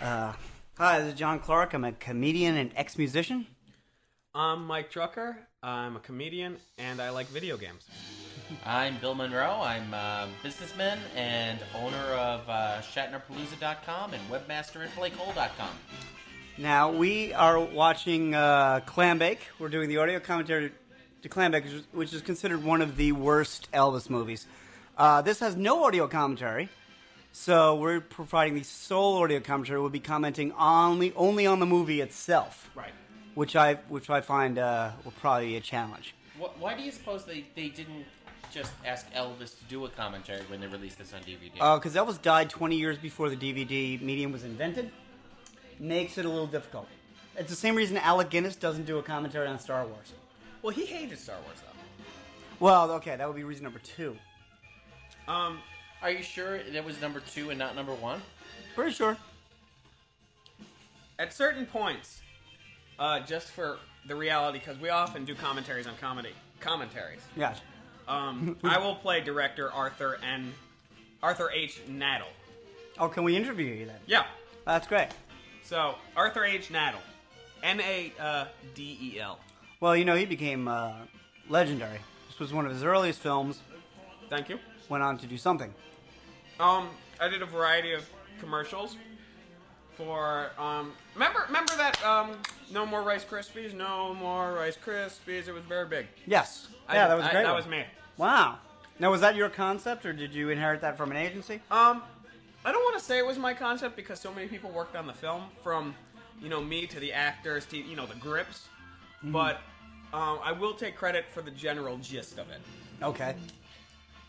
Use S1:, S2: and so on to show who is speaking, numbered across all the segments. S1: Uh, hi, this is John Clark. I'm a comedian and ex musician.
S2: I'm Mike Drucker. I'm a comedian and I like video games.
S3: I'm Bill Monroe. I'm a businessman and owner of uh, ShatnerPalooza.com and webmaster at BlakeHole.com.
S1: Now, we are watching uh, Clambake. We're doing the audio commentary to Clambake, which is- which is considered one of the worst Elvis movies. Uh, this has no audio commentary, so we're providing the sole audio commentary. We'll be commenting only, only on the movie itself,
S2: Right.
S1: which I, which I find uh, will probably be a challenge.
S3: Wh- Why do you suppose they, they didn't just ask Elvis to do a commentary when they released this on DVD?
S2: Uh,
S1: because Elvis died 20 years before the DVD medium was invented, makes it a little difficult. It's the same reason Alec Guinness doesn't do a commentary on Star Wars.
S2: Well, he hated Star Wars though.
S1: Well, okay, that would be reason number two.
S2: Um,
S3: Are you sure that was number two and not number one?
S1: Pretty sure.
S2: at certain points, uh, just for the reality, because we often do commentaries on comedy commentaries.
S1: Yeah.
S2: Um, I will play director Arthur N. Arthur H. Nadel.
S1: Oh, can we interview you then?
S2: Yeah.
S1: That's great.
S2: So Arthur H. Nadel, N A D E L.
S1: Well, you know, he became uh, legendary. This was one of his earliest films,
S2: Thank you.
S1: went on to do something.
S2: Um, I did a variety of commercials for um. Remember, remember that um. No more Rice Krispies. No more Rice Krispies. It was very big.
S1: Yes.
S2: I-
S1: yeah, that was a
S2: I-
S1: great.
S2: That
S1: one.
S2: was me.
S1: Wow. Now, was that your concept, or did you inherit that from an agency?
S2: Um, I don't want to say it was my concept because so many people worked on the film, from you know me to the actors to you know the grips.
S1: Mm-hmm.
S2: But um, I will take credit for the general gist of it.
S1: Okay.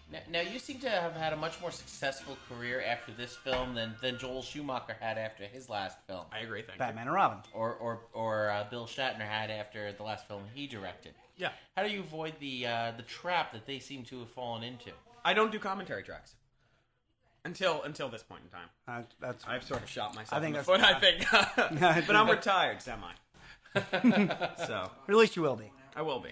S3: Now, now you seem to have had a much more successful career after this film than, than Joel Schumacher had after his last film,
S2: I agree. Thank
S1: Batman and Robin.
S3: or or or uh, Bill Shatner had after the last film he directed.
S2: you. Yeah,
S3: How do you avoid the uh, the trap that they seem to have fallen into?
S2: I don't do commentary tracks until until this point in time.
S1: Uh, that's
S2: I've sort of shot
S1: I
S2: myself.
S1: think
S2: in the foot. I
S1: that's-
S2: think, but I'm retired, semi. so
S1: Or at least you will be.
S2: I will be.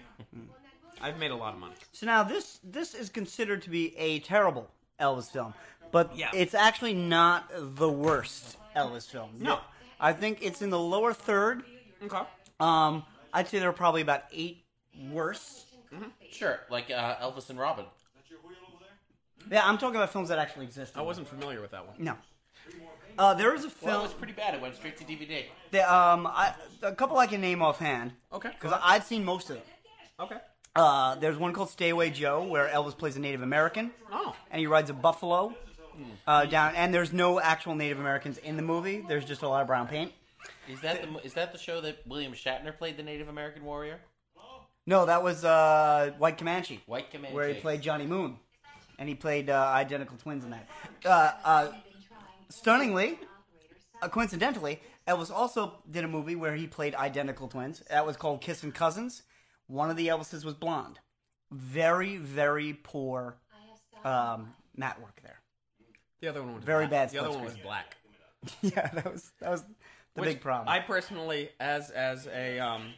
S2: I've made a lot of money.
S1: So now this this is considered to be a terrible Elvis film, but
S2: Yeah.
S1: it's actually not the worst Elvis film.
S2: No.
S1: I think it's in the lower third.
S2: Okay.
S1: Um, I'd say there are probably about eight worse.
S3: Sure, like uh, Elvis and Robin.
S1: Yeah, I'm talking about films that actually exist.
S2: I wasn't familiar with that one.
S1: No. Uh, there is a
S3: Well, it
S1: film.
S3: was pretty bad. It went straight to DVD.
S1: that, um, I, a couple I can name offhand
S2: Okay.
S1: because I'd seen most of them.
S2: Okay.
S1: Uh, there's one called Stay Away Joe where Elvis plays a Native American.
S2: Oh.
S1: and he rides a buffalo uh, down. And there's no actual Native Americans in the movie. There's just a lot of brown paint.
S3: Is that the is that the show that William Shatner played the Native American warrior?
S1: No, that was uh, White Comanche,
S3: White Comanche.
S1: where he played Johnny Moon, and he played uh, identical twins in that. Uh, uh, stunningly, uh, coincidentally, Elvis also did a movie where he played identical twins. That was called Kissin' Cousins. One of the Elvises was blonde. Very, very poor um, mat work there.
S2: The other one was
S1: Very
S2: black.
S1: bad
S2: The other
S1: split
S2: one was
S1: screen.
S2: black.
S1: yeah, that was that was the
S2: Which
S1: big problem.
S2: I personally, as as a um,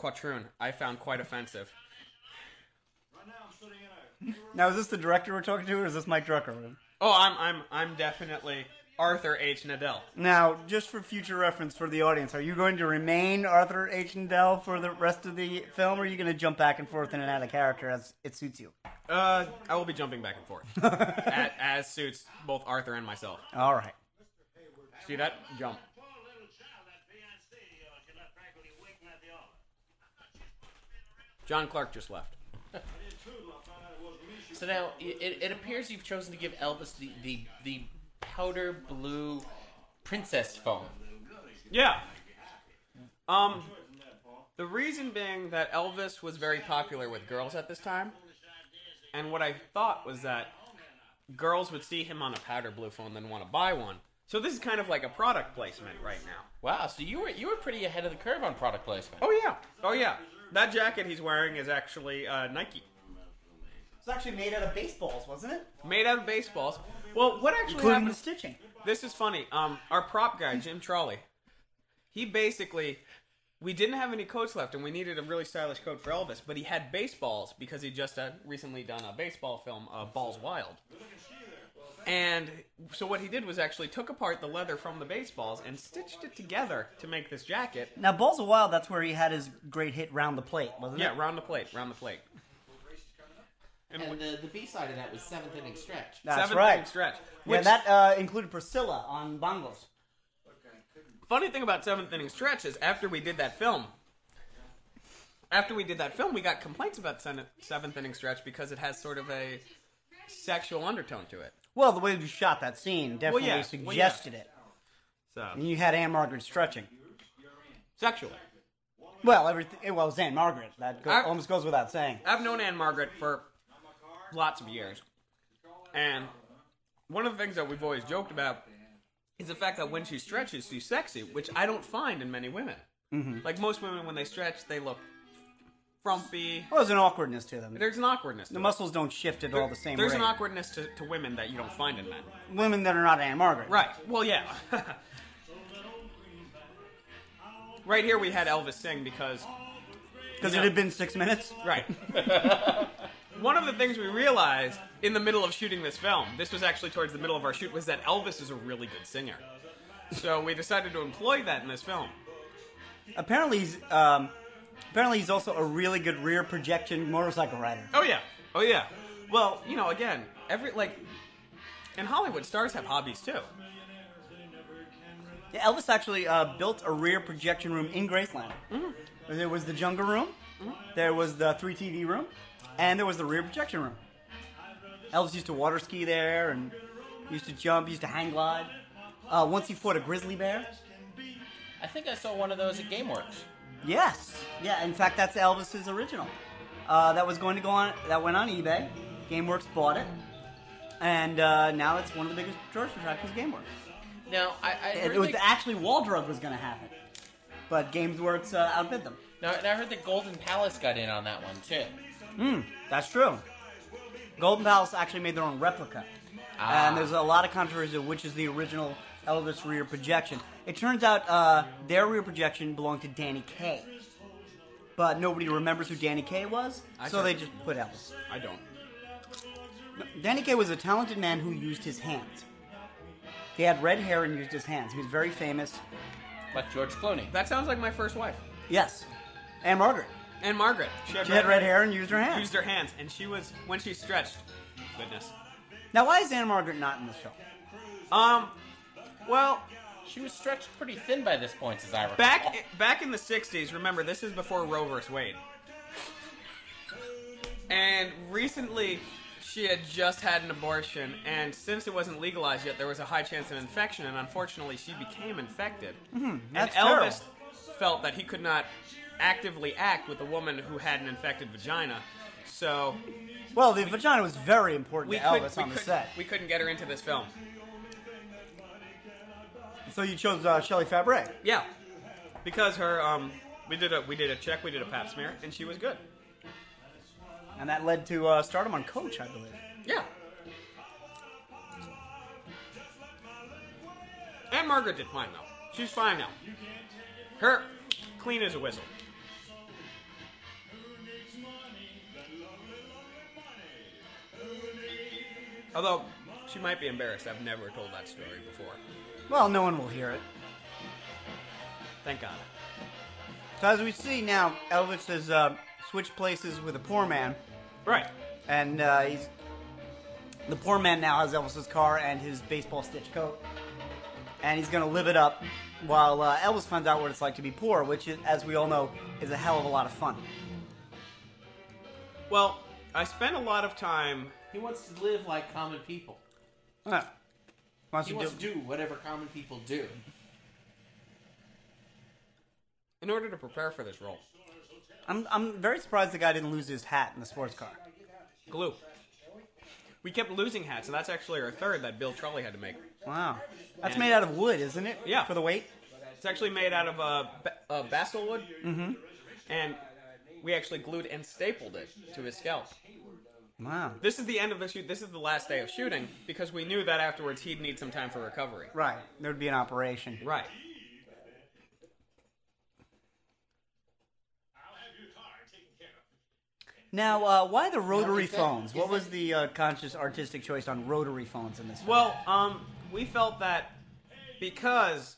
S2: quatroon, I found quite offensive.
S1: Now, is this the director we're talking to, or is this Mike Drucker?
S2: Oh, I'm I'm I'm definitely Arthur H. Nadell.
S1: Now, just for future reference for the audience, are you going to remain Arthur H. Dell for the rest of the film, or are you going to jump back and forth in and out of character as it suits you?
S2: Uh, I will be jumping back and forth, as, as suits both Arthur and myself.
S1: All right.
S2: See that jump? John Clark just left.
S3: So now it, it- it appears you've chosen to give Elvis the the, the powder blue princess phone.
S2: Yeah. Um, the reason being that Elvis was very popular with girls at this time, and what I thought was that girls would see him on a powder blue phone, then want to buy one. So this is kind of like a product placement right now.
S3: Wow, so you were you were pretty ahead of the curve on product placement.
S2: Oh yeah, oh yeah. That jacket he's wearing is actually uh, Nike,
S1: It's actually made out of baseballs, wasn't it?
S2: made out of baseballs. Well, what actually
S1: Including the
S2: happened?
S1: stitching.
S2: This is funny. Um, our prop guy, Jim Trolley, he basically, we didn't have any coats left, and we needed a really stylish coat for Elvis, but he had baseballs because he just had recently done a baseball film, uh, Balls Wild. And so what he did was actually took apart the leather from the baseballs and stitched it together to make this jacket.
S1: Now, Balls of Wild, that's where he had his great hit Round the Plate, wasn't
S2: Yeah,
S1: it?
S2: round the plate, round the plate.
S3: And the, the B side of that was seventh inning stretch.
S1: That's
S2: Seventh
S1: right.
S2: inning stretch.
S1: Yeah,
S2: Which,
S1: that uh, included Priscilla on bongos.
S2: funny thing about seventh inning stretch is after we did that film, after we did that film, we got complaints about sen- seventh inning stretch because it has sort of a sexual undertone to it.
S1: Well, the way you shot that scene definitely
S2: yeah. Well, yeah.
S1: suggested it.
S2: So
S1: And you had Anne Margaret stretching.
S2: sexual.
S1: Well, everything. Well, it was Anne Margaret. That go-
S2: I-
S1: almost goes without saying.
S2: I've known Anne Margaret for lots of years, and one of the things that we've always joked about is the fact that when she stretches, she's sexy, which I don't find in many women. Like most women, when they stretch, they look frumpy.
S1: Well, there's an awkwardness to them.
S2: There's an awkwardness. To
S1: The
S2: it.
S1: muscles don't shift at all the same
S2: There's
S1: way.
S2: an awkwardness to, to women that you don't find in men.
S1: Women that are not Anne Margaret.
S2: Right. Well, yeah. right here we had Elvis sing because
S1: Because
S2: Yeah.
S1: it had been six minutes.
S2: right. One of the things we realized in the middle of shooting this film, this was actually towards the middle of our shoot, was that Elvis is a really good singer. So we decided to employ that in this film.
S1: Apparently, he's um, apparently he's also a really good rear projection motorcycle rider.
S2: Oh yeah. Oh yeah. Well, you know, again, every like in Hollywood, stars have hobbies too.
S1: Yeah, Elvis actually uh, built a rear projection room in Graceland.
S2: Mm.
S1: There was the jungle room, there was the three TV room, and there was the rear projection room. Elvis used to water ski there, and used to jump, used to hang glide. Uh, once he fought a grizzly bear.
S3: I think I saw one of those at GameWorks.
S1: Yes, yeah. In fact, that's Elvis's original. Uh, that was going to go on. That went on eBay. GameWorks bought it, and uh, now it's one of the biggest tourist attractions. GameWorks.
S3: Now I, I
S1: It,
S3: heard
S1: it was
S3: that,
S1: actually Wall Drug was going to have it, but GameWorks uh, outbid them.
S3: now, and I heard that Golden Palace got in on that one too.
S1: Hmm, that's true. Golden Palace actually made their own replica.
S3: Ah.
S1: And there's a lot of controversy of which is the original Elvis rear projection. It turns out uh, their rear projection belonged to Danny Kaye. But nobody remembers who Danny Kaye was,
S2: I
S1: so
S2: don't.
S1: they just put Elvis.
S2: I don't.
S1: Danny Kaye was a talented man who used his hands. He had red hair and used his hands. He was very famous.
S3: Like George Clooney.
S2: That sounds like my first wife.
S1: Yes. And Margaret.
S2: And Margaret.
S1: She had red hair and used her hands.
S2: Used her hands, and she was when she stretched. Goodness.
S1: Now, why is Anne Margaret not in this film?
S2: Um. Well,
S3: She was stretched pretty thin by this point, as I recall.
S2: back back in the '60s, remember this is before Roe vs. Wade. And recently, she had just had an abortion, and since it wasn't legalized yet, there was a high chance of infection, and unfortunately, she became infected.
S1: Mm-hmm. that's
S2: and
S1: terrible.
S2: Elvis felt that he could not actively act with a woman who had an infected vagina, so
S1: Well, the vagina was very important
S2: we,
S1: to
S2: could,
S1: Elvis
S2: we,
S1: on the
S2: could,
S1: set.
S2: we couldn't get her into this film.
S1: So you chose uh, Shelley Fabre.
S2: Yeah, because her um, we did a we did a check, we did a pap smear, and she was good.
S1: And that led to uh, stardom on Coach, I believe.
S2: Yeah. And Margaret did fine though. She's fine now. Her clean as a whistle. Although she might be embarrassed, I've never told that story before.
S1: Well, no one will hear it.
S2: Thank God.
S1: So as we see now, Elvis has uh, switched places with a poor man,
S2: Right.
S1: and uh, he's the poor man now has Elvis's car and his baseball stitch coat, and he's gonna live it up while uh, Elvis finds out what it's like to be poor, which, is, as we all know, is a hell of a lot of fun.
S2: Well, I spent a lot of time
S3: He wants to live like common people.
S1: Huh. Wants
S3: He
S1: to
S3: wants
S1: do-
S3: to do whatever common people do.
S2: in order to prepare for this role.
S1: I'm, I'm very surprised the guy didn't lose his hat in the sports car.
S2: Glue. We kept losing hats, and that's actually our third that Bill Trolley had to make.
S1: Wow, that's
S2: And-
S1: made out of wood, isn't it?
S2: Yeah.
S1: for the weight.
S2: It's actually made out of uh, ba- uh, basil wood, mm-hmm. and we actually glued and stapled it to his scalp.
S1: Wow.
S2: This is the end of the shoot. This is the last day of shooting because we knew that afterwards he'd need some time for recovery.
S1: Right. There'd be an operation.
S2: Right.
S1: Now, uh, why the rotary
S3: is that-
S1: phones?
S3: is
S1: What
S3: that-
S1: was the uh, conscious artistic choice on rotary phones in this? film?
S2: Well, um, we felt that because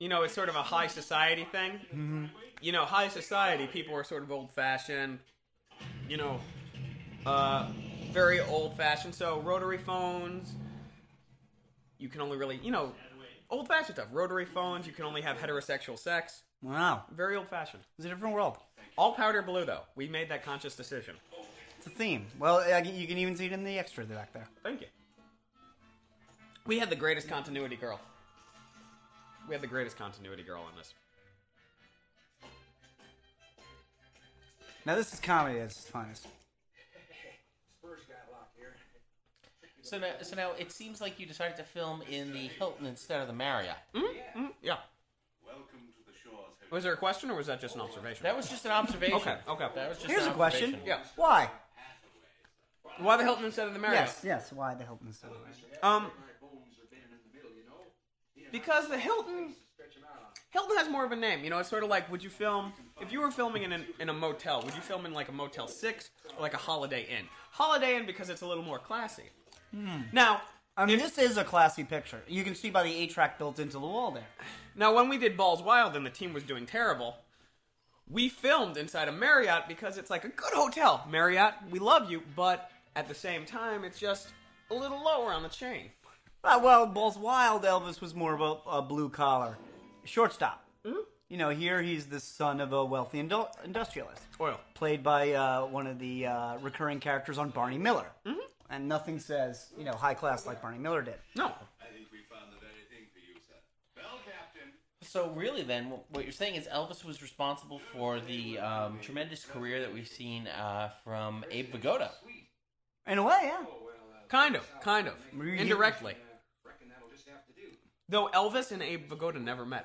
S2: you know it's sort of a high society thing. Mm-hmm. You know, high society people are sort of old fashioned. You know, uh, very old fashioned. So rotary phones, you can only really you know old fashioned stuff. Rotary phones, you can only have heterosexual sex.
S1: wow,
S2: Very old fashioned.
S1: it's a different world.
S2: All powder blue though. We made that conscious decision.
S1: It's a theme. Well, I- you can even see it in the extra back there.
S2: Thank you. We had the greatest continuity girl. We had the greatest continuity girl on this.
S1: Now, this is comedy at its finest.
S3: So now, so now it seems like you decided to film in the Hilton instead of the Marriott.
S2: Yeah.
S4: Welcome to the shores. Hotel.
S2: Was there a question or was that just an observation?
S3: That was just an observation.
S2: Okay, okay.
S3: That was just
S1: Here's
S3: an
S1: a question.
S3: observation.
S2: Yeah.
S1: Why?
S2: Why the Hilton instead of the Marriott?
S1: Yes, yes. Why the Hilton Center?
S2: Um,
S4: My bones are bending in the middle, you know.
S2: because the Hilton
S4: Stretch 'em out.
S2: Hilton has more of a name. You know, it's sort of like would you film if you were filming in an, in a motel? Would you film in like a Motel Six or like a Holiday Inn? Holiday Inn because it's a little more classy. Now,
S1: I mean, this is a classy picture. You can see by the eight-track built into the wall there.
S2: Now, when we did Balls Wild and the team was doing terrible, we filmed inside a Marriott because it's like a good hotel. Marriott, we love you, but at the same time, it's just a little lower on the chain.
S1: Uh, well, Balls Wild Elvis was more of a, a blue collar shortstop. You know, here he's the son of a wealthy indul- industrialist,
S2: Oil.
S1: played by uh, one of the uh, recurring characters on Barney Miller. Mm-hmm. And nothing says, you know, high class like Barney Miller did.
S2: No.
S4: I think we found the very thing for you, sir. Well, Captain.
S3: So really, then, wh- what you're saying is Elvis was responsible for the um, tremendous career that we've seen uh, from Abe Vigoda.
S1: In a way, yeah.
S2: Kind of, kind of.
S1: Really?
S2: Indirectly.
S4: Reckon that'll just have to do.
S2: Though Elvis and Abe Vigoda never met.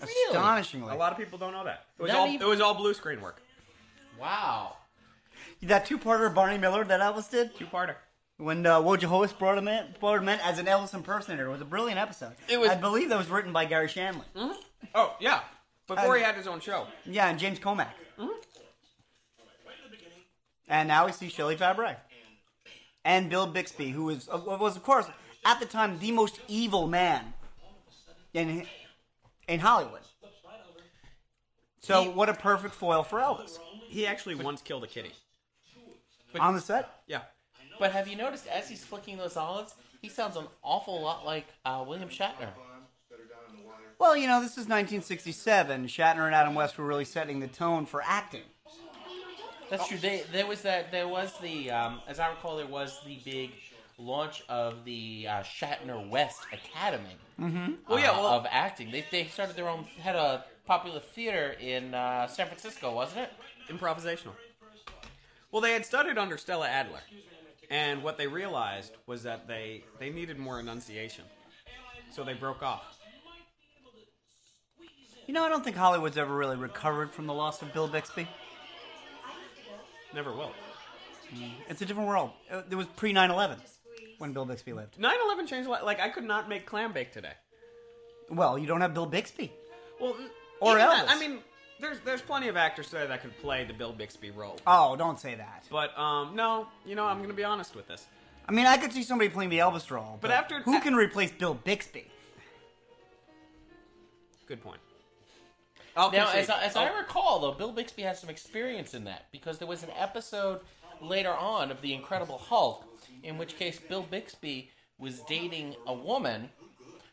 S3: Really?
S1: Astonishingly.
S2: A lot of people don't know that. It was,
S3: Not
S2: all,
S3: even-
S2: it was all blue screen work.
S3: Wow.
S1: That two parter Barney Miller that Elvis did
S2: Two-parter.
S1: when uh, Woj Hoist brought him, in, brought him in as an Elvis impersonator was a brilliant episode.
S2: It was-
S1: I believe that was written by Gary Shanley.
S2: Oh, yeah. Before
S1: And-
S2: he had his own show.
S1: Yeah, and James Comack. And now we see Shelley Fabre and Bill Bixby, who was uh, was of course at the time the most evil man in in Hollywood. So what a perfect foil for Elvis
S2: He actually once killed a kitty.
S1: on the set.
S2: Yeah.
S3: But have you noticed as he's flicking those olives, he sounds an awful lot like uh, William Shatner.
S4: Better down in the water.
S1: Well, you know this is 1967. Shatner and Adam West were really setting the tone for acting.
S3: That's true. They, there was that. There was the, um, as I recall, there was the big launch of the uh, Shatner West Academy. Mm-hmm.
S2: Well, Oh, yeah, well-
S3: of acting. They, they started their own had a popular theater in uh, San Francisco, wasn't it?
S2: improvisational. Well, they had studied under Stella Adler, and what they realized was that they they needed more enunciation, so they broke off.
S1: You know, I don't think Hollywood's ever really recovered from the loss of Bill Bixby.
S2: Never will.
S1: It's a different world. Uh, It was pre 9 11 when Bill Bixby lived.
S2: 9/11 changed a lot. Like I could not make clam bake today.
S1: Well, you don't have Bill Bixby.
S2: Well, n-
S1: Or
S2: even
S1: Elvis.
S2: that- I mean, there's there's plenty of actors today that could play the Bill Bixby role.
S1: Oh, don't say that.
S2: But um, no, you know, I'm gonna be honest with this.
S1: I mean, I could see somebody playing the Elvis role, but,
S2: But after-
S1: who can replace Bill Bixby?
S2: Good point. I'll
S3: Now,
S2: concede.
S3: as, I, as
S2: Oh,
S3: I recall, though, Bill Bixby has some experience in that because there was an episode later on of The Incredible Hulk, in which case Bill Bixby was dating a woman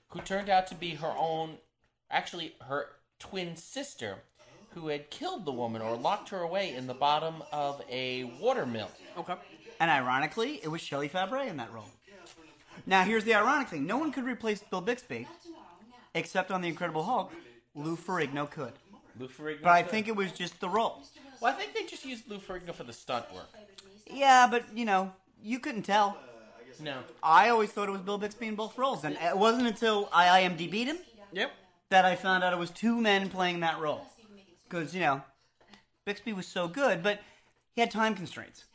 S3: who turned out to be her own, actually, her twin sister, who had killed the woman or locked her away in the bottom of a water mill.
S2: okay.
S1: And ironically, it was Shelley Fabre in that role. Now, here's the ironic thing: no one could replace Bill Bixby, except on The Incredible Hulk, Lou Ferrigno could.
S3: Lou Ferrigno.
S1: But I think it was just the role.
S3: Well, I think they just used Lou Ferrigno for the stunt work.
S1: Yeah, but you know, you couldn't tell.
S3: No.
S1: I always thought it was Bill Bixby in both roles, and it wasn't until I IMDb'd him
S2: Yep.
S1: that I found out it was two men playing that role. Because, you know, Bixby was so good, but he had time constraints.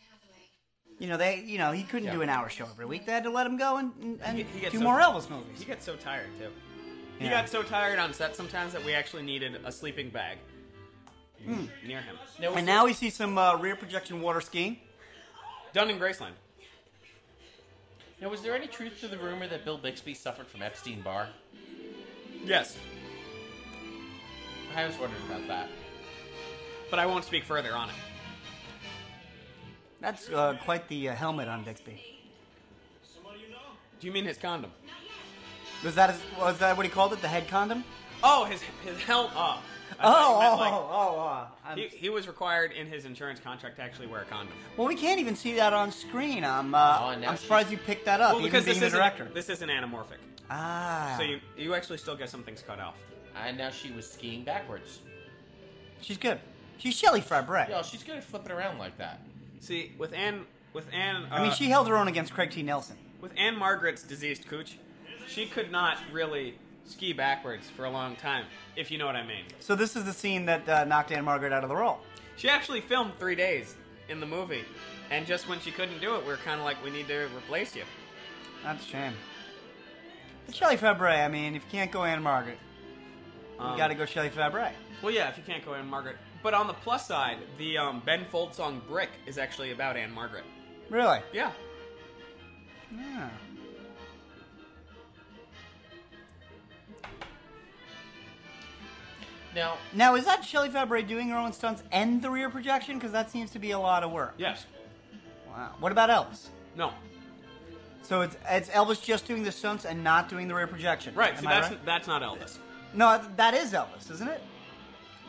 S1: You know, they, you know, he couldn't do an hour show every week. They had to let him go and, and, and
S2: He- he gets
S1: do
S2: so-
S1: more Elvis
S2: He
S1: movies.
S2: gets so tired too. He
S1: Yeah.
S2: got so tired on set sometimes that we actually needed a sleeping bag. near him.
S3: There was
S1: And now we see some uh, rear projection water skiing.
S2: Done in Graceland.
S3: Now, was there any truth to the rumor that Bill Bixby suffered from Epstein Barr?
S2: Yes,
S3: I was wondering about that.
S2: but I won't speak further on it.
S1: That's uh, quite the uh, helmet on Bixby.
S2: Do you mean his condom?
S1: Was that his, was that what he called it? The head condom?
S2: Oh, his his helm. Oh, I
S1: Oh,
S2: thought
S1: oh,
S2: you meant, like,
S1: oh, oh, oh, I'm-
S2: He, he was required in his insurance contract to actually wear a condom.
S1: Well, we can't even see that on screen. I'm uh,
S3: Oh, now
S1: I'm surprised you picked that up.
S2: Well,
S1: even
S2: because
S1: being
S2: this
S1: the
S2: isn't
S1: director.
S2: this isn't anamorphic,
S1: ah,
S2: so you you actually still get some things cut off.
S3: And now she was skiing backwards.
S1: she's good. She's Shelley Fry Bray.
S3: Yo, she's good at flipping around like that.
S2: See, with Anne with Anne,
S1: I mean,
S2: uh,
S1: she held her own against Craig T. Nelson.
S2: with Anne Margaret's diseased cooch, she could not really ski backwards for a long time, if you know what I mean.
S1: So this is the scene that uh, knocked Anne Margaret out of the role.
S2: She actually filmed three days in the movie, and just when she couldn't do it, we are kind of like, we need to replace you.
S1: That's a shame. But Shelley Fry Bray. I mean, if you can't go Anne Margaret,
S2: Um,
S1: you got to go Shelley Fry Bray.
S2: Well, yeah, if you can't go Anne Margaret. But on the plus side, the um, Ben Folds song "Brick" is actually about Anne Margaret.
S1: Really?
S2: Yeah.
S1: Yeah.
S3: Now,
S1: Now, is that Shelley Fabre doing her own stunts and the rear projection? Because that seems to be a lot of work.
S2: Yes.
S1: Wow. What about Elvis?
S2: No.
S1: So it's it's Elvis just doing the stunts and not doing the rear projection.
S2: Right.
S1: Am
S2: so
S1: I
S2: that's that's not Elvis.
S1: No, that is Elvis, isn't it?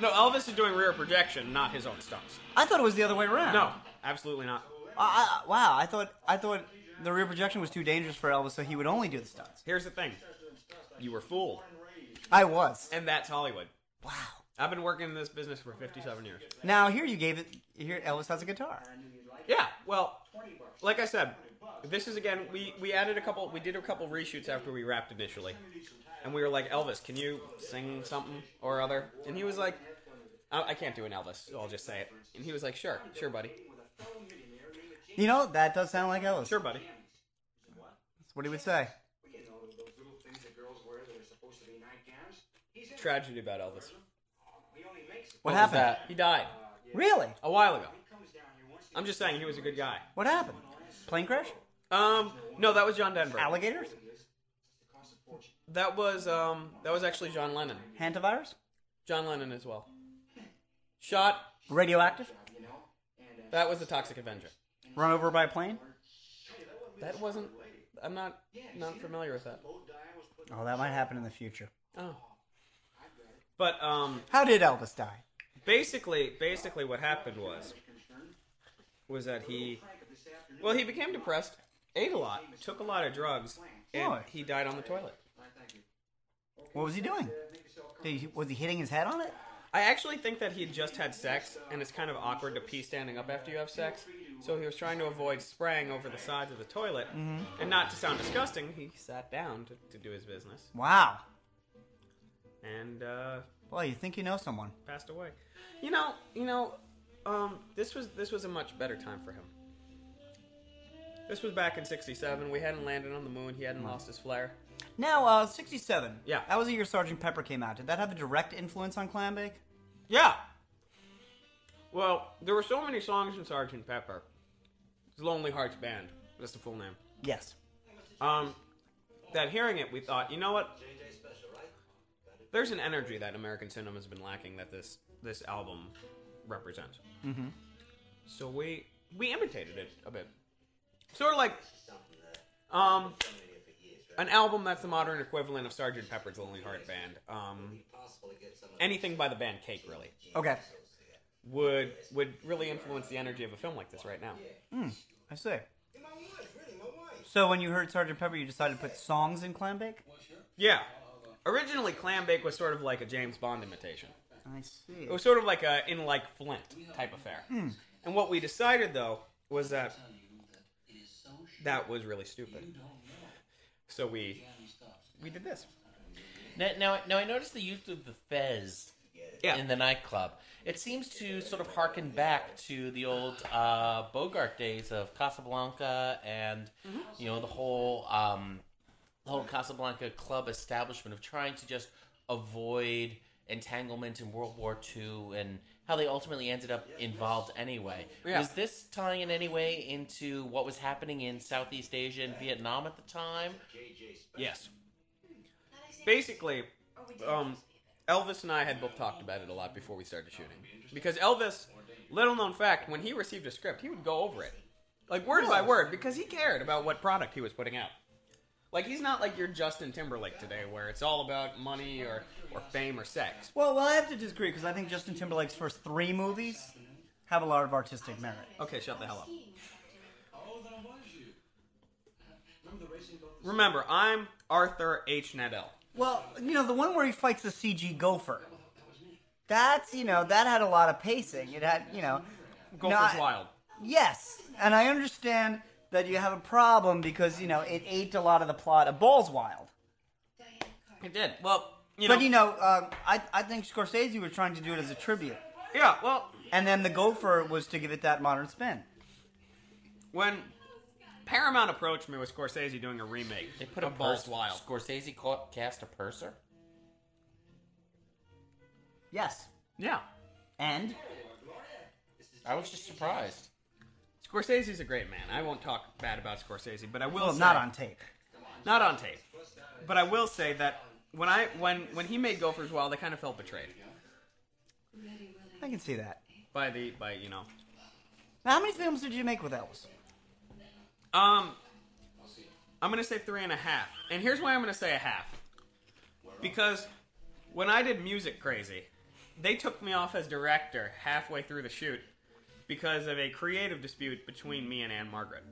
S2: No, Elvis is doing rear projection, not his own stunts.
S1: I thought it was the other way around.
S2: No, absolutely not.
S1: I, I, wow, I thought I thought the rear projection was too dangerous for Elvis, so he would only do the stunts.
S2: Here's the thing, you were fooled,
S1: I was.
S2: and that's Hollywood.
S1: Wow.
S2: I've been working in this business for 57 years.
S1: Now here you gave it. Here Elvis has a guitar.
S2: Yeah. Well, like I said, this is again. We we added a couple. We did a couple reshoots after we wrapped initially, and we were like, Elvis, can you sing something or other? And he was like, I, I can't do an Elvis. So I'll just say it. And he was like, Sure, sure, buddy,
S1: You know that does sound like Elvis.
S2: sure, buddy.
S1: That's what he would say.
S5: You know, those little things that girls wear that are supposed to be nightgowns? He's in.
S2: Tragedy about Elvis.
S5: He only makes it.
S1: What,
S3: what was
S1: happened?
S3: that?
S2: He died
S1: Really?
S2: a while ago.
S5: comes down here once
S2: I'm just saying he was a good guy.
S1: What happened? Plane crash?
S2: Um, no, that was John Denver.
S1: Alligators?
S2: That was um, that was actually John Lennon.
S1: Hantavirus?
S2: John Lennon as well. Shot.
S1: Radioactive?
S2: That was the Toxic Avenger.
S1: Run over by a plane?
S2: That wasn't. I'm not not familiar with that.
S1: Oh, that might happen in the future.
S2: Oh. But um,
S1: How did Elvis die?
S2: basically, basically, what happened was was that he, well, he became depressed, ate a lot, took a lot of drugs, and
S1: Why?
S2: he died on the toilet.
S1: What was he doing? Did he, was he hitting his head on it?
S2: I actually think that he had just had sex, and it's kind of awkward to pee standing up after you have sex. So he was trying to avoid spraying over the sides of the toilet, and not to sound disgusting, he sat down to, to do his business
S1: Wow.
S2: and uh,
S1: Well, you think you know someone.
S2: passed away. You know, you know, um, this was this was a much better time for him. This was back in '67. We hadn't landed on the moon. He hadn't lost his flair.
S1: Now, uh, 67.
S2: Yeah.
S1: That was the year Sergeant Pepper came out. Did that have a direct influence on Clambake?
S2: Yeah. Well, there were so many songs in Sergeant Pepper. It's Lonely Hearts Band. That's the full name.
S1: Yes.
S2: Um, that hearing it, we thought, you know what? There's an energy that American cinema's been lacking that this this album represents. Mm-hmm. So we we imitated it a bit, sort of like um an album that's the modern equivalent of Sgt. Pepper's Lonely Heart Band. Um, anything by the band Cake really
S1: Okay.
S2: would would really influence the energy of a film like this right now.
S1: I see. So when you heard Sergeant Pepper, you decided to put songs in Clambake?
S2: Yeah. Originally, clam bake was sort of like a James Bond imitation.
S1: I see.
S2: It was sort of like a in like Flint type affair. And what we decided though was that that was really stupid. So we we did this.
S3: Now, now, now I noticed the use of the fez
S2: Yeah.
S3: in the nightclub. It seems to sort of harken back to the old uh, Bogart days of Casablanca and
S2: Mm-hmm.
S3: you know the whole um, the whole Casablanca club establishment of trying to just avoid entanglement in World War II and how they ultimately ended up involved anyway.
S2: Yeah.
S3: Was this tying in any way into what was happening in Southeast Asia and Vietnam at the time?
S2: Yes. Basically, um, Elvis and I had both talked about it a lot before we started shooting. Because Elvis, little known fact, when he received a script, he would go over it. Like word by word, because he cared about what product he was putting out. Like he's not like your Justin Timberlake today where it's all about money or, or fame or sex.
S1: Well, well, I have to disagree because I think Justin Timberlake's first three movies have a lot of artistic merit.
S2: Okay, shut the hell up.
S4: Oh, that was you. Remember the racing boat? that-
S2: Remember, I'm Arthur H. Nadell.
S1: Well, you know the one where he fights the CG gopher. That's you know that had a lot of pacing. It had you know.
S2: Go
S1: not-
S2: for wild.
S1: Yes, and I understand that you have a problem because you know it ate a lot of the plot of Balls Wild.
S2: It did. Well, you know,
S1: But you know, um, I I think Scorsese was trying to do it as a tribute,
S2: Yeah, well,
S1: and then the gopher was to give it that modern spin.
S2: when Paramount approached me with Scorsese doing a remake,
S3: They put a
S2: of Balls
S3: purse.
S2: Wild.
S3: Scorsese ca- cast a purser.
S1: Yes,
S2: Yeah.
S1: and
S3: I was just surprised.
S2: Scorsese's a great man. I won't talk bad about Scorsese, but I will
S1: well,
S2: say,
S1: not on tape.
S2: not on tape. But I will say that when I when when he made Gophers Wild, I kind of felt betrayed
S1: I can see that.
S2: by the by you know.
S1: Now, how many films did you make with Elvis?
S2: Um, I'm gonna say three and a half, and here's why I'm gonna say a half, because when I did Music Crazy, they took me off as director halfway through the shoot because of a creative dispute between me and Anne Margaret.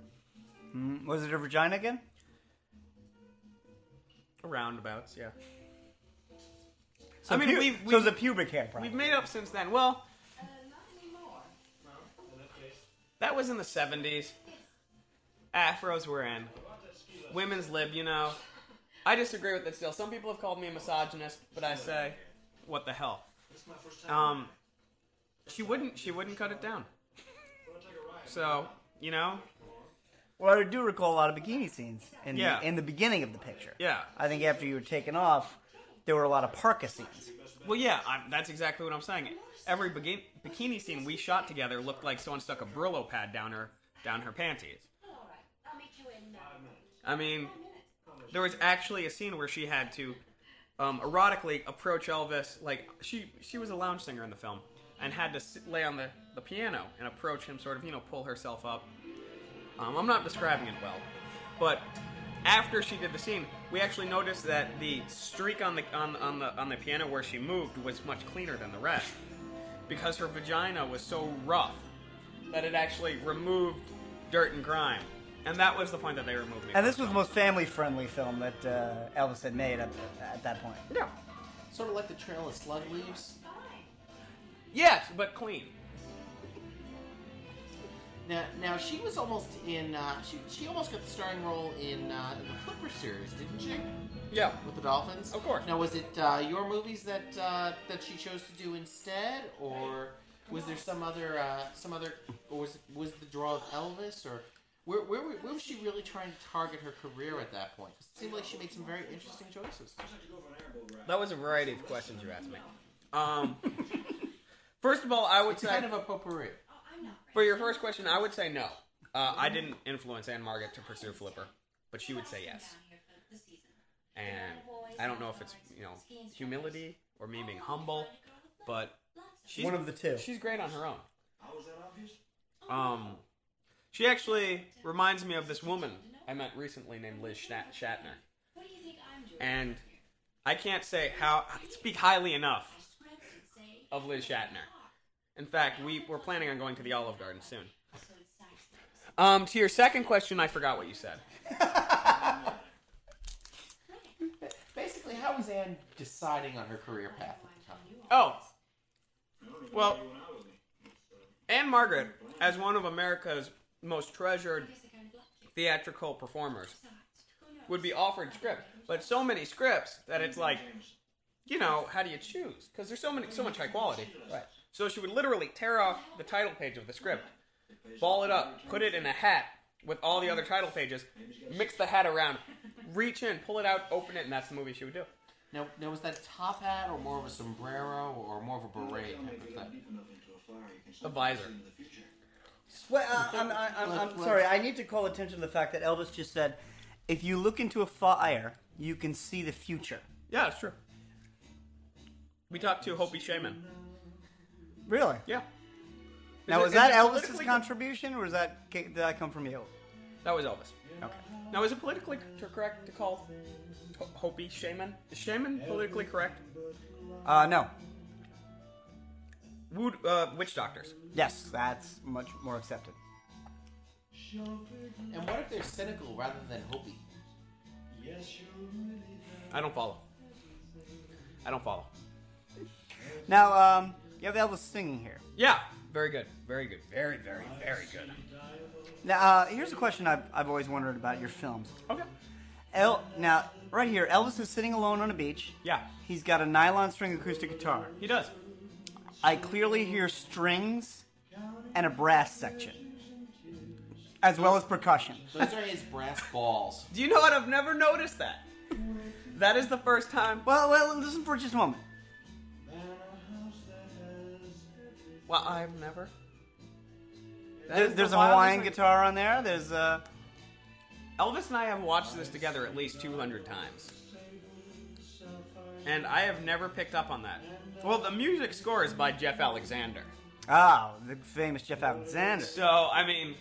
S1: Was it a vagina again?
S2: Roundabouts, yeah.
S1: So
S2: I mean,
S1: pu-
S2: we've-
S1: so it
S2: we've-
S1: was a pubic hair problem.
S2: We've made up since then. Well, that was in the 70s. Afros were in. Women's lib, you know. I disagree with it still. Some people have called me a misogynist, but I say, what the hell? Um, she wouldn't. She wouldn't cut it down. So you know,
S1: Well, I do recall a lot of bikini scenes in,
S2: Yeah.
S1: the, in the beginning of the picture.
S2: yeah.
S1: I think after you were taken off, there were a lot of parka scenes.
S2: Well, yeah, i that's exactly what I'm saying. Every bikini, bikini scene we shot together looked like someone stuck a Brillo pad down her down her panties.
S6: uh,
S2: I mean, there was actually a scene where she had to um, erotically approach Elvis. Like she she was a lounge singer in the film and had to sit, lay on the, the piano and approach him, sort of you know pull herself up. Um, I'm not describing it well, but after she did the scene, we actually noticed that the streak on the on, on the on the piano where she moved was much cleaner than the rest because her vagina was so rough that it actually removed dirt and grime. And that was the point that they removed me.
S1: And
S2: from
S1: this was the
S2: film.
S1: most family friendly film that uh, Elvis had made at, at that point.
S2: yeah,
S3: Sort of like the Trail of Slug Leaves.
S2: yes, but clean.
S3: Now, now she was almost in. Uh, she she almost got the starring role in, uh, in the Flipper series, didn't she?
S2: Yeah,
S3: With the Dolphins.
S2: Of course.
S3: Now, was it uh, your movies that uh, that she chose to do instead, or was there some other uh, some other, or was it, was the draw of Elvis, or where, where were- where was she really trying to target her career at that point? 'Cause It seemed like she made some very interesting choices.
S2: that was a variety of questions you asked me. Um, first of all, I would
S3: It's
S2: say
S3: kind of a potpourri.
S6: Oh,
S2: For your first question, I would say no. Uh, I didn't influence Anne Margaret to pursue Flipper, but she would say yes. And I don't know if it's you know humility or me
S6: Oh,
S2: being humble, but she's
S1: One of the two.
S2: She's great on her own. Um, she actually reminds me of this woman I met recently named Liz Shat- Shatner, and I can't say how speak highly enough of Liz Shatner. In fact, we we're planning on going to the Olive Garden soon. Um, to your second question, I forgot what you said.
S3: Basically, how was Anne deciding on her career path at the time?
S2: Oh, well, Anne Margaret, as one of America's most treasured theatrical performers, would be offered script, but so many scripts that it's like, you know, how do you choose? Because there's so many, so much high quality. Right. So she would literally tear off the title page of the script, ball it up, put it in a hat with all the other title pages, mix the hat around, reach in, pull it out, open it, and that's the movie she would do.
S3: Now, now was that a top hat or more of a sombrero or more of a beret type of thing?
S2: A visor.
S1: Well, uh, I'm, I'm, I'm, I'm sorry. I need to call attention to the fact that Elvis just said, "If you look into a fire, you can see the future."
S2: Yeah, it's true. We talked to Hopi Shaman.
S1: Really?
S2: Yeah.
S1: Now,
S2: it-
S1: was that
S2: it
S1: Elvis's
S2: politically-
S1: contribution, or was that ca- did that come from you?
S2: That was Elvis.
S1: Okay.
S2: Now, is it politically c- correct to call Ho- Hopi Shaman? Is Shaman politically correct?
S1: Uh, no.
S2: Wood, uh, witch doctors.
S1: Yes, that's much more accepted.
S3: And what if they're cynical rather than Hopi?
S2: I don't follow. I don't follow.
S1: Now, um, you have Elvis singing here.
S2: Yeah, very good, very good, very, very, very good.
S1: Now, uh, here's a question I've, I've always wondered about your films.
S2: Okay.
S1: El, now, right here, Elvis is sitting alone on a beach.
S2: Yeah.
S1: He's got a nylon string acoustic guitar.
S2: He does.
S1: I clearly hear strings and a brass section, as well as percussion.
S3: Those are his brass balls.
S2: Do you know what? I've never noticed that. that is the first time.
S1: Well, well, listen for just a moment.
S2: Well, I've never. That
S1: There,
S2: is the
S1: there's a
S2: wildest
S1: Hawaiian
S2: thing.
S1: guitar on there. There's uh,
S2: Elvis and I have watched this together at least 200 times. And I have never picked up on that. Well, the music score is by Jeff Alexander.
S1: ah, the famous Jeff Alexander.
S2: So, I mean,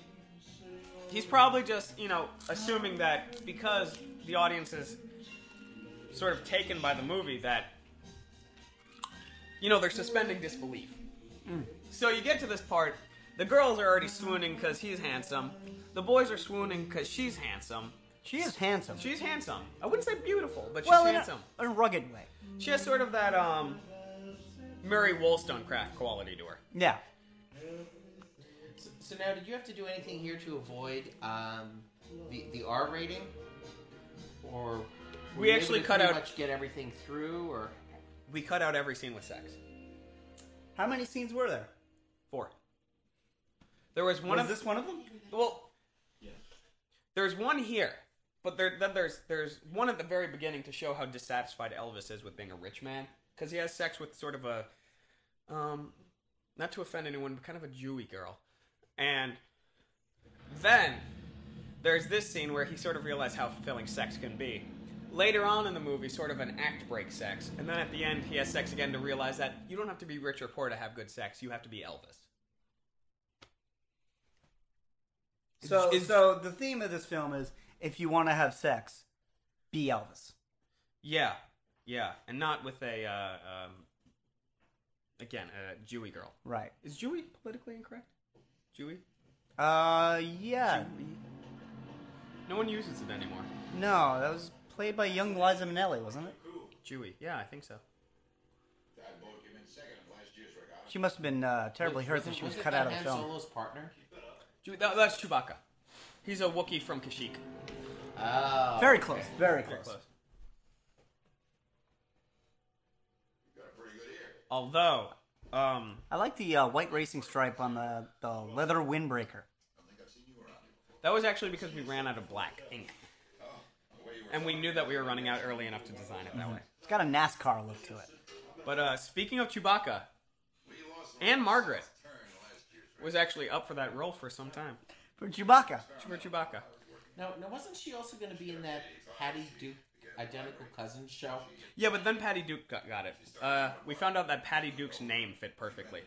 S2: he's probably just, you know, assuming that because the audience is sort of taken by the movie, that, you know, they're suspending disbelief. So you get to this part, the girls are already swooning because he's handsome, the boys are swooning because she's handsome.
S1: She is handsome.
S2: She's handsome. I wouldn't say beautiful, but she's
S1: well, uh, in
S2: handsome.
S1: a, a rugged way.
S2: She has sort of that um Mary Wollstonecraft quality to her.
S1: Yeah.
S3: So, so now, did you have to do anything here to avoid um, the the R rating, or were
S2: We
S3: you able
S2: actually
S3: to
S2: cut
S3: pretty
S2: out-
S3: much get everything through, or
S2: We cut out every scene with sex.
S1: How many scenes were there?
S2: Four. There was one
S1: Was
S2: of
S1: this one of them?
S2: Well, there's one here, but there then there's there's one at the very beginning to show how dissatisfied Elvis is with being a rich man because he has sex with sort of a um not to offend anyone, but kind of a Jewy girl, and then there's this scene where he sort of realized how fulfilling sex can be. Later on in the movie, sort of an act break sex, and then at the end, he has sex again to realize that you don't have to be rich or poor to have good sex. You have to be Elvis.
S1: So,
S2: Is-
S1: so the theme of this film is if you want to have sex, be Elvis.
S2: Yeah, yeah, and not with a uh, um, again a Jewy girl.
S1: Right.
S2: Is Jewy politically incorrect? Jewy?
S1: Uh, yeah.
S2: No one uses it anymore.
S1: No, that was played by young Liza Minnelli, wasn't it?
S2: Jewy? Yeah, I think so.
S5: That boat came in second of last year's record.
S1: She must have been uh, terribly hurt that she was
S3: it
S1: cut
S3: not
S1: out of the
S3: Han
S1: film.
S3: Solo's partner.
S2: Jewy that, that's Chewbacca. He's a Wookiee from Kashyyyk.
S3: Oh,
S1: Very
S3: okay.
S1: close. Very
S2: Very close.
S1: close.
S5: You got a pretty good ear.
S2: Although, um,
S1: I like the uh, white racing stripe on the, the leather windbreaker.
S5: I think I've seen you around here before.
S2: that was actually because we ran out of black ink,
S5: Oh, the way you were.
S2: and we knew that we were running out early enough to design it that way.
S1: It's got a NASCAR look to it.
S2: But uh, speaking of Chewbacca,
S5: We lost the
S2: Anne Margaret
S5: turn last year's record.
S2: was actually up for that role for some time.
S1: For Chewbacca.
S2: For Chewbacca.
S3: Now, now, wasn't she also going to be in that Patty Duke identical cousin show?
S2: Yeah, but then Patty Duke got, got it. Uh, we found out that Patty Duke's name fit perfectly.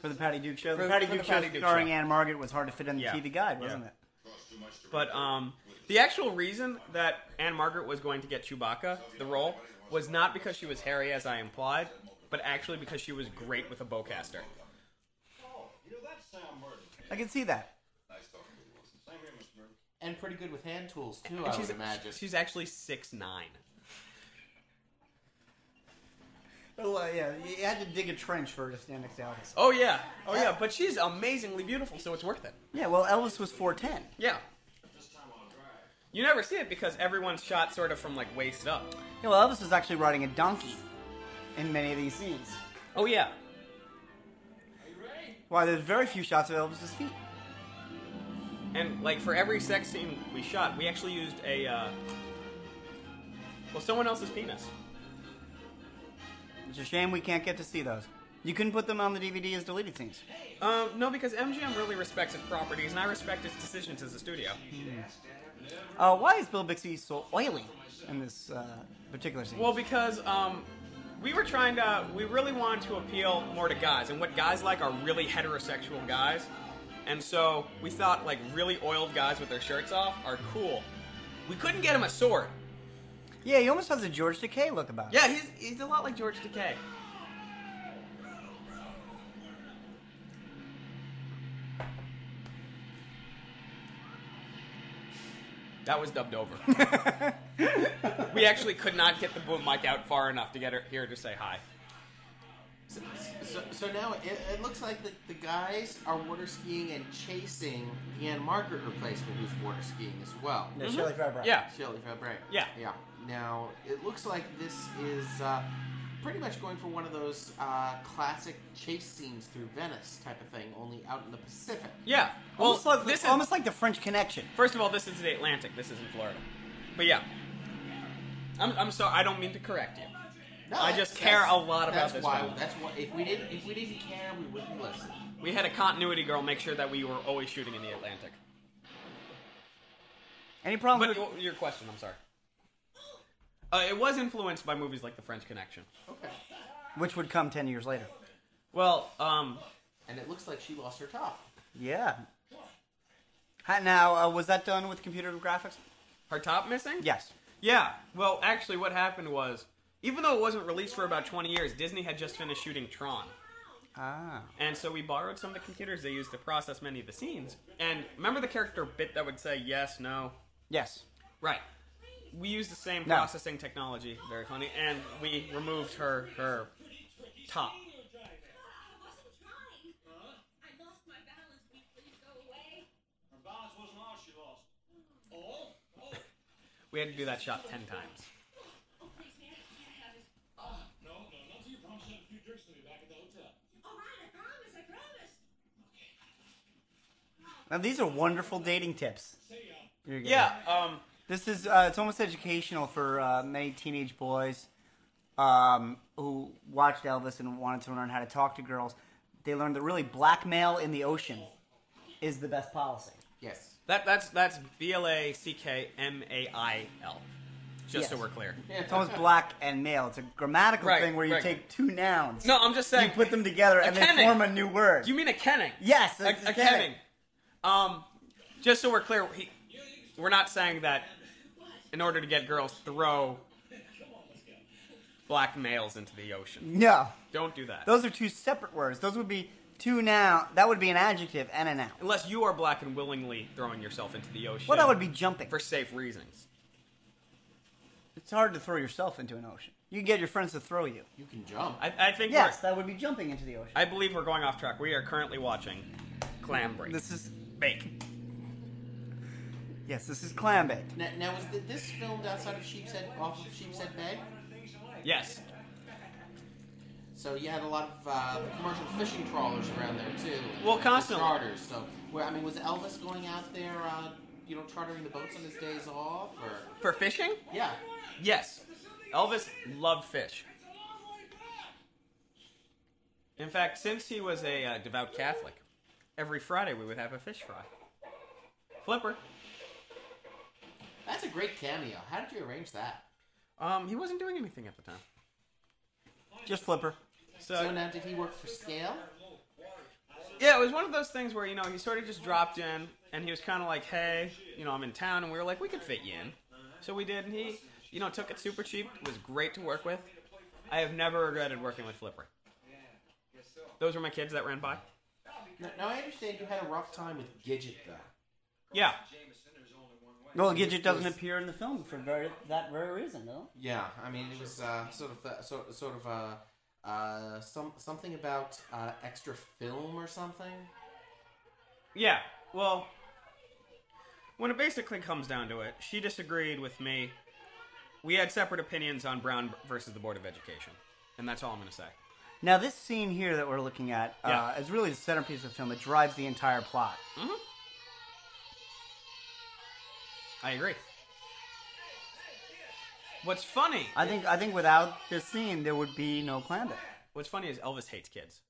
S1: For the Patty Duke show.
S2: For-
S1: the Patty
S2: for the
S1: Duke
S2: Patty
S1: show
S2: Duke
S1: starring
S2: show.
S1: Anne Margaret was hard to fit in the
S2: Yeah.
S1: TV guide, wasn't
S2: Yeah.
S1: it?
S5: Cost too much to
S2: But um, the actual reason that Anne Margaret was going to get Chewbacca the role was not because she was hairy, as I implied, but actually because she was great with a bowcaster.
S5: Oh, you know, that's Sam Merton.
S1: I can see that.
S5: Nice talking to you, Wilson. Same here, Mr. Merton.
S3: And pretty good with hand tools too,
S2: And
S3: I
S2: she's,
S3: would imagine.
S2: she's actually six nine.
S1: Well, uh, yeah, you had to dig a trench for her to stand next to Elvis.
S2: Oh yeah, oh yeah, but she's amazingly beautiful, so it's worth it.
S1: Yeah, well, Elvis was 4'10.
S2: Yeah,
S5: This time I'll drive.
S2: you never see it because everyone's shot sort of from like waist up.
S1: Yeah, well, Elvis was actually riding a donkey in many of these scenes.
S2: Oh yeah,
S1: Why, there's very few shots of Elvis's feet.
S2: and like for every sex scene we shot, we actually used a uh, Well, someone else's penis.
S1: It's a shame we can't get to see those. You couldn't put them on the DVD as deleted scenes.
S2: Um, no, because MGM really respects its properties, and I respect its decisions as a studio.
S1: Uh, why is Bill Bixby so oily in this uh, particular scene?
S2: Well, because um, we were trying to, we really wanted to appeal more to guys, and what guys like are really heterosexual guys, and so we thought like really oiled guys with their shirts off are cool. We couldn't get him a sword.
S1: yeah, he almost has a George Takei look about him.
S2: Yeah, he's he's a lot like George Takei. That was dubbed over. we actually could not get the boom mic out far enough to get her here to say hi.
S3: So, so, so now it, it looks like the, the guys are water skiing and chasing the Ann Margaret replacement who's water skiing as well.
S1: Yeah, Shelley Fairbright.
S2: Mm-hmm. Yeah.
S3: Shelly Fabre.
S2: Yeah.
S3: Yeah. Now, it looks like this is uh, pretty much going for one of those uh, classic chase scenes through Venice type of thing, only out in the Pacific.
S2: Yeah. Well,
S1: almost like,
S2: this is
S1: almost like the French Connection.
S2: First of all, this is the Atlantic. This isn't Florida. But yeah. I'm, I'm sorry. I don't mean to correct you.
S3: No,
S2: I
S3: that's-
S2: just care
S3: that's-
S2: a lot about
S3: that's
S2: this
S3: Why,
S2: film.
S3: that's why. If we didn't, if we didn't care, we wouldn't listen.
S2: We had a continuity girl make sure that we were always shooting in the Atlantic.
S1: Any problem
S2: But
S1: with
S2: your- your question, I'm sorry. Uh, it was influenced by movies like The French Connection.
S3: Okay.
S1: which would come ten years later?
S2: Well, um,
S3: And it looks like she lost her top.
S1: Yeah. Ha- Now, uh, was that done with computer graphics?
S2: her top missing?
S1: Yes.
S2: Yeah. Well, actually, what happened was, even though it wasn't released for about 20 years, Disney had just finished shooting Tron.
S1: Ah.
S2: And so we borrowed some of the computers they used to process many of the scenes. And remember the character bit that would say yes, no?
S1: Yes.
S2: Right. We used the same
S1: No.
S2: processing technology, very funny, and we removed her her top.
S4: Her balance wasn't all she lost. All? Oh,
S2: We had to do that shot 10 times.
S4: no, no, not till you promise to have a few drinks with me back at the hotel.
S1: Now these are wonderful dating tips.
S4: Say, uh,
S1: Here you go.
S2: Yeah, um,
S1: This is uh, it's almost educational for uh, many teenage boys um, who watched Elvis and wanted to learn how to talk to girls. They learned that really blackmail in the ocean is the best policy.
S3: Yes.
S2: that that's that's B L A C K M A I L. Just so
S1: Yes.
S2: we're clear.
S1: It's almost black and male. It's a grammatical
S2: Right,
S1: thing where you
S2: right.
S1: take two nouns,
S2: No, I'm just
S1: you
S2: saying.
S1: put them together,
S2: A
S1: and they
S2: kenning.
S1: form a new word.
S2: You mean a kenning?
S1: yes,
S2: a,
S1: it's
S2: a kenning. Um, just so we're clear, he, we're not saying that in order to get girls, throw black males into the ocean.
S1: No,
S2: Don't do that.
S1: those are two separate words. Those would be two noun. That would be an adjective and a noun.
S2: Unless you are black and willingly throwing yourself into the ocean.
S1: Well, that would be jumping.
S2: for safe reasons.
S1: It's hard to throw yourself into an ocean. You can get your friends to throw you.
S3: You can jump.
S2: I, I think.
S1: Yes,
S2: We're,
S1: that would be jumping into the ocean.
S2: I believe we're going off track. We are currently watching Clam Break.
S1: This is
S2: bake.
S1: yes, this is clam bake.
S3: Now, now was th- this filmed outside of Sheepshead, off of Sheepshead Bay?
S2: Yes.
S3: So you had a lot of uh, commercial fishing trawlers around there too. and-
S2: Well,
S3: and
S2: constantly.
S3: charters. So, where I mean, was Elvis going out there, uh, you know, chartering the boats on his days off, or
S2: For fishing?
S3: yeah?
S2: Yes. Elvis loved fish.
S4: it's a long way back!
S2: In fact, since he was a uh, devout Catholic, every Friday we would have a fish fry. Flipper.
S3: That's a great cameo. How did you arrange that?
S2: Um, he wasn't doing anything at the time.
S1: Just flipper.
S3: So
S2: So
S3: now, did he work for scale?
S2: yeah, it was one of those things where you know he sort of just dropped in, and he was kind of like, "Hey, you know, I'm in town," and we were like, "We could fit you in." So we did, and he, you know, took it super cheap. Was great to work with. I have never regretted working with Flipper. Those were my kids that ran by.
S3: No, now I understand you had a rough time with Gidget though.
S2: Yeah.
S1: Well, Gidget doesn't appear in the film for very, that very reason, though.
S3: Yeah, I mean, it was uh, sort of uh, sort sort of uh, uh, some something about uh, extra film or something.
S2: Yeah. Well, when it basically comes down to it, she disagreed with me. We had separate opinions on Brown versus the Board of Education, and that's all I'm going to say.
S1: Now, this scene here that we're looking at uh,
S2: Yeah.
S1: is really the centerpiece of the film. It drives the entire plot.
S2: I agree.
S4: Hey, hey, hey, hey!
S2: What's funny?
S1: I think I think without this scene, there would be no clan day.
S2: What's funny is Elvis hates kids.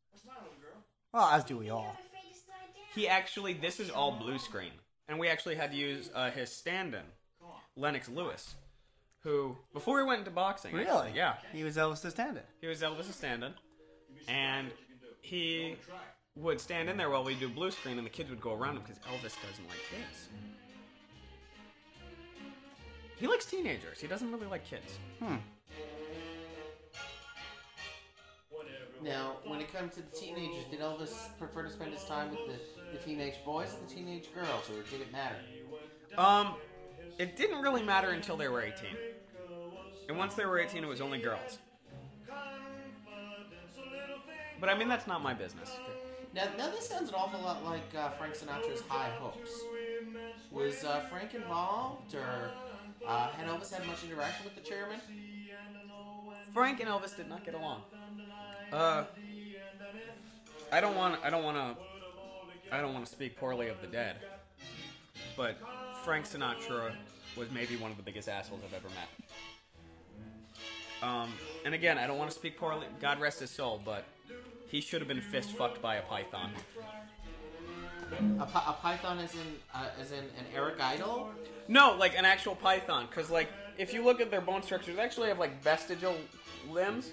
S1: Well, as do we all.
S2: He actually, this is all blue screen, and we actually had to use uh, his stand-in, Lennox Lewis, who before he went into boxing. actually,
S1: Really?
S2: yeah.
S1: He was Elvis the stand-in.
S2: He was Elvis' stand-in, and he would stand in there while we do blue screen, and the kids would go around him because Elvis doesn't like kids. He likes teenagers. He doesn't really like kids.
S3: Now, when it comes to the teenagers, did Elvis prefer to spend his time with the, the teenage boys or the teenage girls, or did it matter?
S2: Um, it didn't really matter until they were 18. And once they were 18, it was only girls. But I mean, that's not my business.
S3: Now, now this sounds an awful lot like uh, Frank Sinatra's High Hopes. Was uh, Frank involved, or uh, had Elvis had much interaction with the chairman?
S2: Frank and Elvis did not get along. Uh, I don't want. I don't want to. I don't want to speak poorly of the dead. But Frank Sinatra was maybe one of the biggest assholes I've ever met. Um, and again, I don't want to speak poorly. God rest his soul, but he should have been fist fucked by a python.
S3: A, pi- a python, as in uh, as in an Eric Idle.
S2: No, like an actual python, because like if you look at their bone structures, they actually have like vestigial limbs,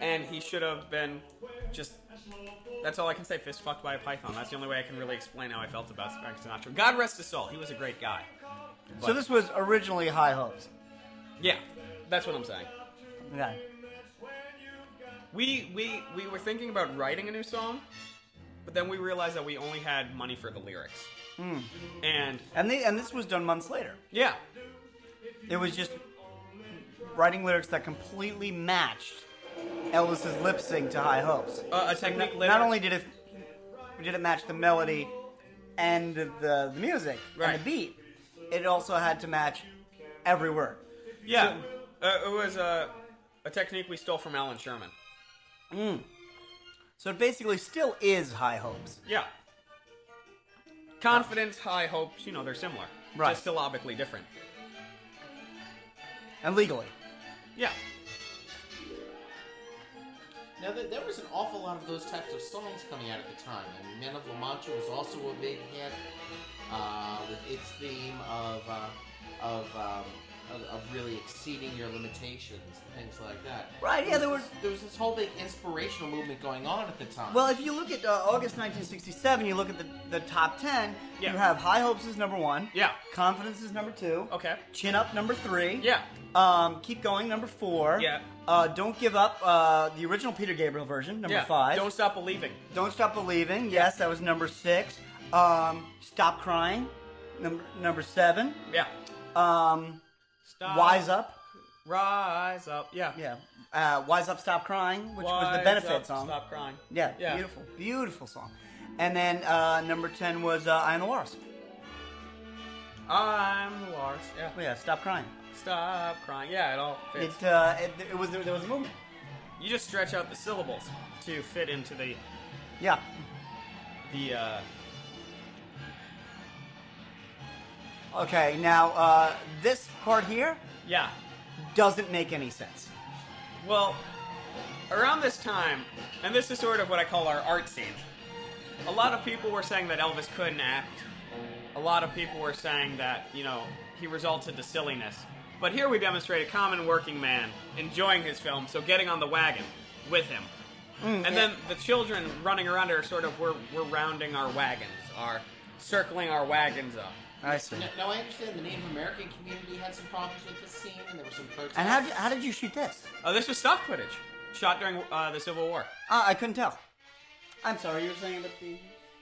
S2: and he should have been just. That's all I can say. Fist fucked by a python. That's the only way I can really explain how I felt about Frank Sinatra. God rest his soul. He was a great guy.
S1: So this was originally High Hopes.
S2: Yeah, that's what I'm saying.
S1: Okay.
S2: We we we were thinking about writing a new song, but then we realized that we only had money for the lyrics.
S1: Hmm.
S2: And
S1: And the, and this was done months later.
S2: yeah,
S1: It was just writing lyrics that completely matched Elvis's lip sync to High Hopes.
S2: uh, a technique.
S1: Not only did it did it match the melody and the, the music and
S2: Right.
S1: the beat, it also had to match every word.
S2: Yeah, uh, it was uh, a technique we stole from Alan Sherman.
S1: So it basically still is High Hopes.
S2: Yeah. Confidence, high hopes, you know, they're similar.
S1: Right.
S2: Just syllabically different.
S1: And legally.
S2: Yeah.
S3: Now, there, there was an awful lot of those types of songs coming out at the time. I mean, Men of La Mancha was also a big hit uh, with its theme of uh, of, um, of of really exceeding your limitations, things like that.
S1: Right, yeah, there
S3: was
S1: were-
S3: this- there was this whole big inspirational movement going on at the time.
S1: Well, if you look at uh, August 1967, you look at the, the top 10,
S2: Yeah.
S1: you have High Hopes is number one.
S2: Yeah.
S1: Confidence is number two.
S2: Okay.
S1: Chin Up number three.
S2: Yeah.
S1: Um, Keep Going number four.
S2: Yeah.
S1: Uh, Don't Give Up, uh, the original Peter Gabriel version, number
S2: yeah.
S1: five.
S2: Don't stop believing.
S1: Don't Stop Believing. Yes, that was number six. Um, Stop Crying, number number seven.
S2: Yeah.
S1: Um,
S2: Stop.
S1: Wise Up.
S2: Rise up. Yeah.
S1: Yeah. Uh, Wise Up, Stop Crying, which was the
S2: Wise
S1: benefit
S2: up,
S1: song.
S2: Stop crying.
S1: Yeah,
S2: Yeah.
S1: beautiful, beautiful song. And then uh, number ten was uh, "I Am the Lost."
S2: I'm the Lars. Yeah.
S1: Oh, yeah, stop crying.
S2: Stop crying. Yeah, it all fits.
S1: It, uh, it, it was there was a movement.
S2: you just stretch out the syllables to fit into the
S1: Yeah,
S2: the uh,
S1: Okay, now uh, this part here
S2: yeah.
S1: doesn't make any sense.
S2: Well, around this time, and this is sort of what I call our art scene, a lot of people were saying that Elvis couldn't act. A lot of people were saying that, you know, he resulted to silliness. But here we demonstrate a common working man enjoying his film, so getting on the wagon with him. and then the children running around are sort of, we're, we're rounding our wagons, are circling our wagons up.
S1: I see.
S3: Now, now I understand the Native American community had some problems with this scene, and there were some protests.
S1: And how did, how did you shoot this?
S2: Oh, this was stock footage shot during uh, the Civil War.
S1: Uh, I couldn't tell. I'm sorry, you were saying about the.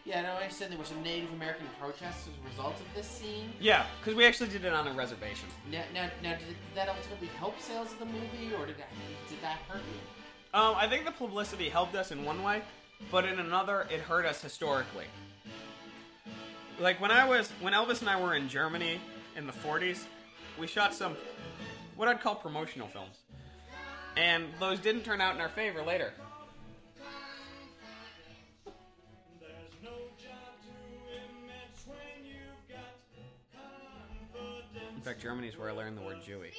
S3: yeah, now I understand there were some Native American protests as a result of this scene.
S2: Yeah, because we actually did it on a reservation.
S3: Now, now, now did that ultimately help sales of the movie, or did that, did that hurt you?
S2: Um, I think the publicity helped us in one way, but in another, it hurt us historically. Like when I was when Elvis and I were in Germany in the '40s, we shot some what I'd call promotional films, and those didn't turn out in our favor later. In fact, Germany's where I learned the word Jewy.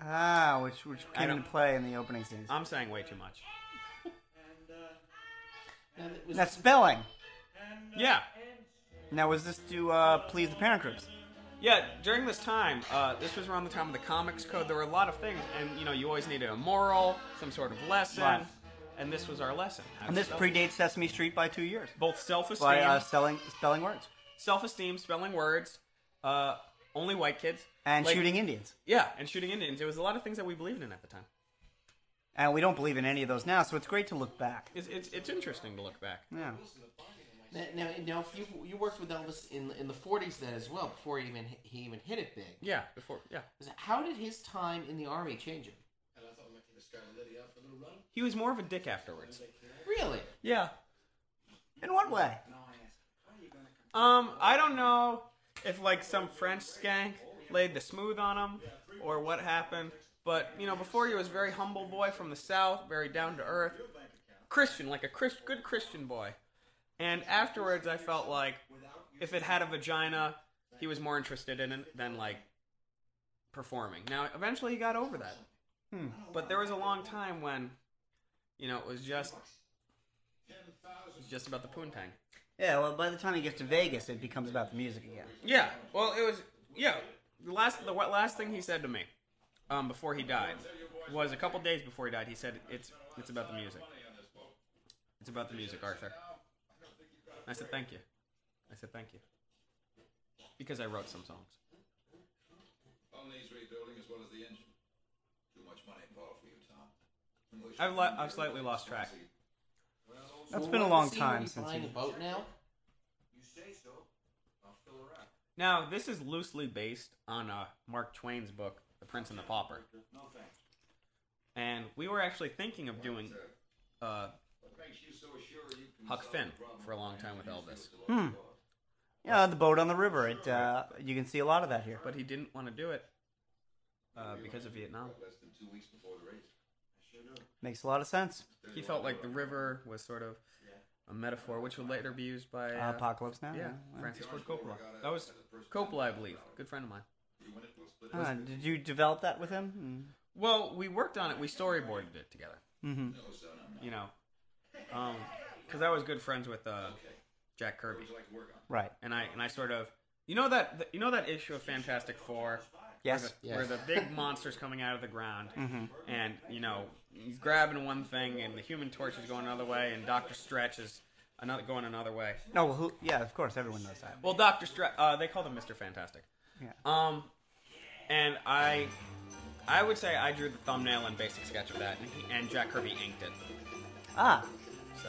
S1: Ah, which which
S2: I
S1: came
S2: don't-
S1: into play in the opening scenes.
S2: I'm saying way too much.
S3: Now, that was-
S1: Now spelling.
S2: Yeah.
S1: Now was this to uh, please the parent groups?
S2: Yeah, during this time, uh, this was around the time of the Comics Code. There were a lot of things, and you know, you always needed a moral, some sort of lesson,
S1: Right.
S2: and this was our lesson. How to
S1: And this
S2: spell-
S1: predates Sesame Street by two years
S2: both self-esteem,
S1: by uh, selling spelling words
S2: self-esteem, spelling words, uh, only white kids,
S1: and
S2: Like-
S1: shooting Indians.
S2: Yeah, and shooting Indians. It was a lot of things that we believed in at the time.
S1: And we don't believe in any of those now, so it's great to look back.
S2: It's it's, it's interesting to look back.
S1: Yeah.
S3: now, now, now, if you you worked with Elvis in in the '40s then as well, before he even he even hit it big.
S2: Yeah, before yeah,
S3: Is that- How did his time in the army change him?
S2: he was more of a dick afterwards.
S3: Really?
S2: Yeah.
S1: In what way?
S2: Um, I don't know if like some French skank laid the smooth on him or what happened, but you know, before he was a very humble boy from the south, very down to earth, Christian, like a Christ, good Christian boy. And afterwards, I felt like if it had a vagina, he was more interested in it than like performing. Now, eventually, he got over that. But there was a long time when, you know, it was just, it was just about the poontang.
S1: Yeah. Well, by the time he gets to Vegas, it becomes about the music again.
S2: Yeah. Well, it was yeah. The last the wa- last thing he said to me, um, before he died, was a couple days before he died. He said it's it's about the music. It's about the music, Arthur. I said thank you. I said thank you. Because I wrote some songs.
S4: Hull needs rebuilding as well as the engine. Too much money involved for you, Tom.
S2: I've lo- I've slightly lost track.
S1: That's
S3: Well,
S1: been a
S3: what
S1: long
S3: was he- were
S1: time
S3: you
S1: since
S3: flying
S1: he-
S3: a boat now.
S5: You say so. I'll fill her out.
S2: Now this is loosely based on uh, Mark Twain's book, The Prince and the Pauper.
S4: No thanks.
S2: And we were actually thinking of doing uh,
S4: What makes you so sure you can
S2: Huck
S4: solve
S2: Finn
S4: the problem
S2: for a long time with Elvis.
S1: Hmm. Yeah, the boat on the river. It uh, you can see a lot of that here.
S2: but he didn't want to do it uh, because of Vietnam.
S4: Less than two weeks before the race.
S1: Makes a lot of sense.
S2: He felt like the river was sort of a metaphor, which would later be used by uh,
S1: Apocalypse Now.
S2: Yeah, Francis Ford Coppola. That was Coppola, I believe, good friend of mine.
S1: Ah, did you develop that with him?
S2: Well, we worked on it. We storyboarded it together.
S1: Mm-hmm.
S2: You know, because I was good friends with uh, Jack Kirby,
S1: Mm. Right.
S2: and I and I sort of you know that you know that issue of Fantastic Four
S1: Yes. Mm-hmm.
S3: Yeah.
S2: where the big monster's coming out of the ground, and you know he's grabbing one thing, and the Human Torch is going another way, and Doctor Stretch is another going another way.
S1: No. well, Who? Yeah. Of course, everyone knows that.
S2: Well, Doctor Stretch, uh, they called him Mister Fantastic.
S1: Yeah.
S2: Um, and I, I would say I drew the thumbnail and basic sketch of that, and, he, and Jack Kirby inked it.
S1: Ah.
S2: So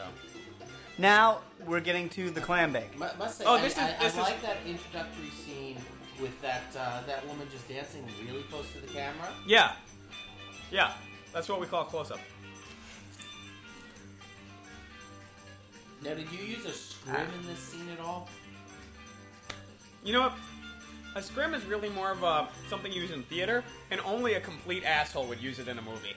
S1: Now we're getting to the clam bake.
S3: Mu- Must say,
S2: Oh,
S3: I-
S2: this is-
S3: I, I
S2: this is-
S3: like that introductory scene with that uh, that woman just dancing really close to the camera.
S2: yeah, yeah, that's what we call close up.
S3: Now, did you use a scrim in this scene at all?
S2: You know what? A scrim is really more of a something you use in theater, and only a complete asshole would use it in a movie.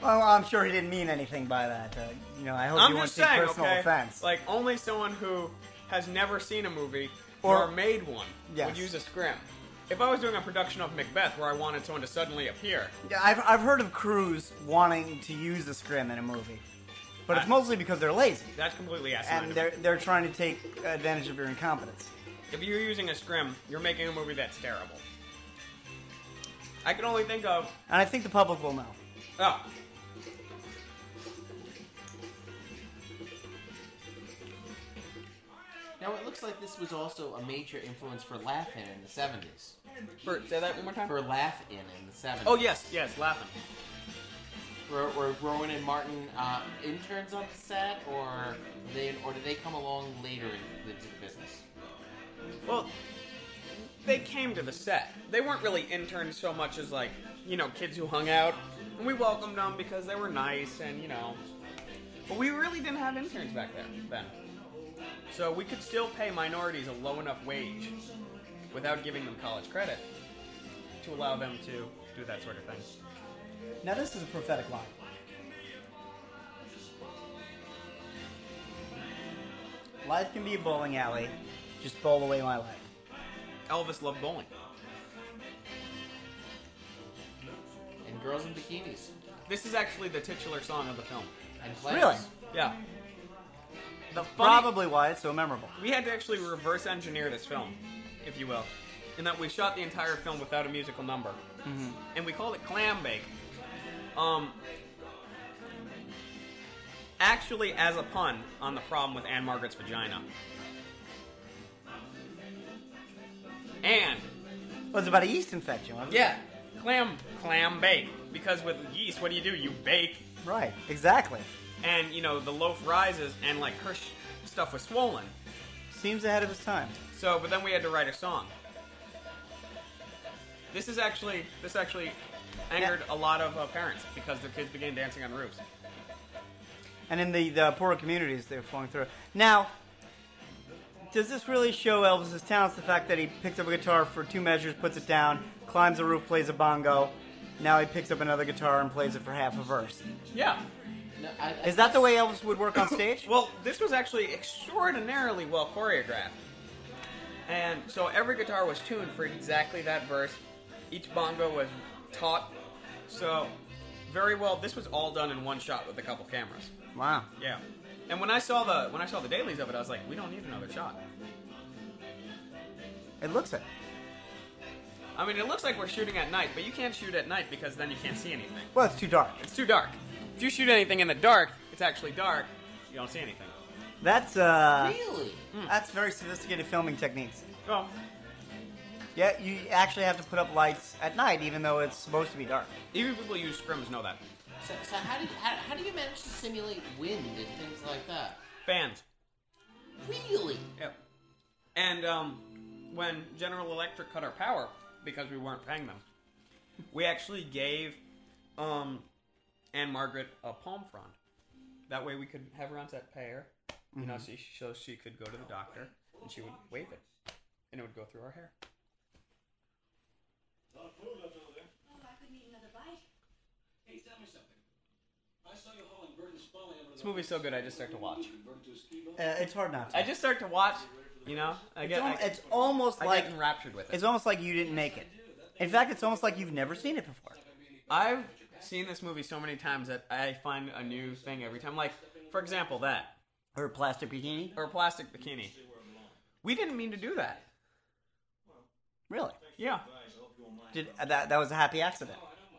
S1: Well, I'm sure he didn't mean anything by that. Uh, you know, I hope
S2: I'm
S1: you won't
S2: just
S1: take
S2: saying,
S1: personal
S2: okay?
S1: offense.
S2: Like only someone who has never seen a movie
S1: Or-
S2: or, made one
S1: Yes.
S2: would use a scrim. If I was doing a production of Macbeth where I wanted someone to suddenly appear,
S1: Yeah, I've, I've heard of crews wanting to use the scrim in a movie, but it's
S2: I-
S1: mostly because they're lazy
S2: that's completely asinine.
S1: and
S2: to
S1: they're
S2: me.
S1: they're trying to take advantage of your incompetence.
S2: If you're using a scrim, you're making a movie that's terrible. I can only think of
S1: And I think the public will know.
S2: oh.
S3: Now, it looks like this was also a major influence for Laugh-In in the 70s.
S2: For, say that one more time.
S3: For Laugh-In in the 70s.
S2: oh yes, yes, laughing.
S3: Where, where Rowan and Martin uh, interns on the set, or they or do they come along later in- into the business?
S2: Well, they came to the set. They weren't really interns so much as like you know kids who hung out, and we welcomed them because they were nice and you know. But we really didn't have interns back there then, so we could still pay minorities a low enough wage without giving them college credit to allow them to do that sort of thing.
S1: Now this is a prophetic line. Life can be a bowling alley. Just bowl away my life.
S2: Elvis loved bowling.
S3: girls in bikinis
S2: This is actually the titular song of the film.
S3: and flags.
S1: Really?
S2: Yeah. The funny,
S1: Probably why it's so memorable.
S2: we had to actually reverse engineer this film, if you will, in that we shot the entire film without a musical number, and we called it Clam Bake. Um, actually, as a pun on the problem with Anne Margaret's vagina, and
S1: Well, it's about a yeast infection, wasn't it?
S2: yeah, clam clam bake because with yeast, what do you do? You bake
S1: Right, exactly.
S2: and you know the loaf rises and like her sh- stuff was swollen
S1: Seems ahead of his time.
S2: so but then we had to write a song this is actually this actually angered a lot of uh, parents because their kids began dancing on roofs
S1: And in the, the poorer communities they're flowing through. Now, does this really show Elvis's talents? The fact that he picks up a guitar for two measures, puts it down, climbs a roof, plays a bongo. Now he picks up another guitar and plays it for half a verse.
S2: yeah
S3: No, I, I-
S1: Is that the way Elvis would work on stage?
S2: well this was actually extraordinarily well choreographed and so every guitar was tuned for exactly that verse each bongo was taught so very well this was all done in one shot with a couple cameras
S1: Wow.
S2: Yeah. And when I saw the when I saw the dailies of it, I was like, we don't need another shot.
S1: It looks it.
S2: I mean, it looks like we're shooting at night, but you can't shoot at night because then you can't see anything.
S1: Well, it's too dark.
S2: It's too dark. If you shoot anything in the dark, it's actually dark. You don't see anything.
S1: That's uh,
S3: really?
S1: that's very sophisticated filming techniques.
S2: Well,
S1: Yeah, you actually have to put up lights at night, even though it's supposed to be dark.
S2: even people who use scrims know that.
S3: So, so how, do you, how, how do you manage to simulate wind and things like that?
S2: Fans.
S3: Really?
S2: Yep. And um, when General Electric cut our power because we weren't paying them, we actually gave um, Anne Margaret a palm frond. That way we could have her on set pay her, you know, so she, so she could go to the doctor and she would wave it, and it would go through our hair.
S6: Oh, I could need another bite.
S7: Hey, tell me something. I saw you hauling Burton Spaulding over to
S2: This movie's so good, I just start to watch.
S1: Uh, it's hard not to.
S2: I just start to watch, you know. I
S1: it's,
S2: get,
S1: al-
S2: I,
S1: it's almost
S2: I
S1: like
S2: get enraptured with it.
S1: it's almost like you didn't make it. In fact, it's almost like you've never seen it before.
S2: I've seen this movie so many times that I find a new thing every time. Like, for example, that.
S1: Her plastic bikini,
S2: or a plastic bikini. We didn't mean to do that.
S1: really?
S2: Yeah.
S1: Did uh, that? That was a happy accident.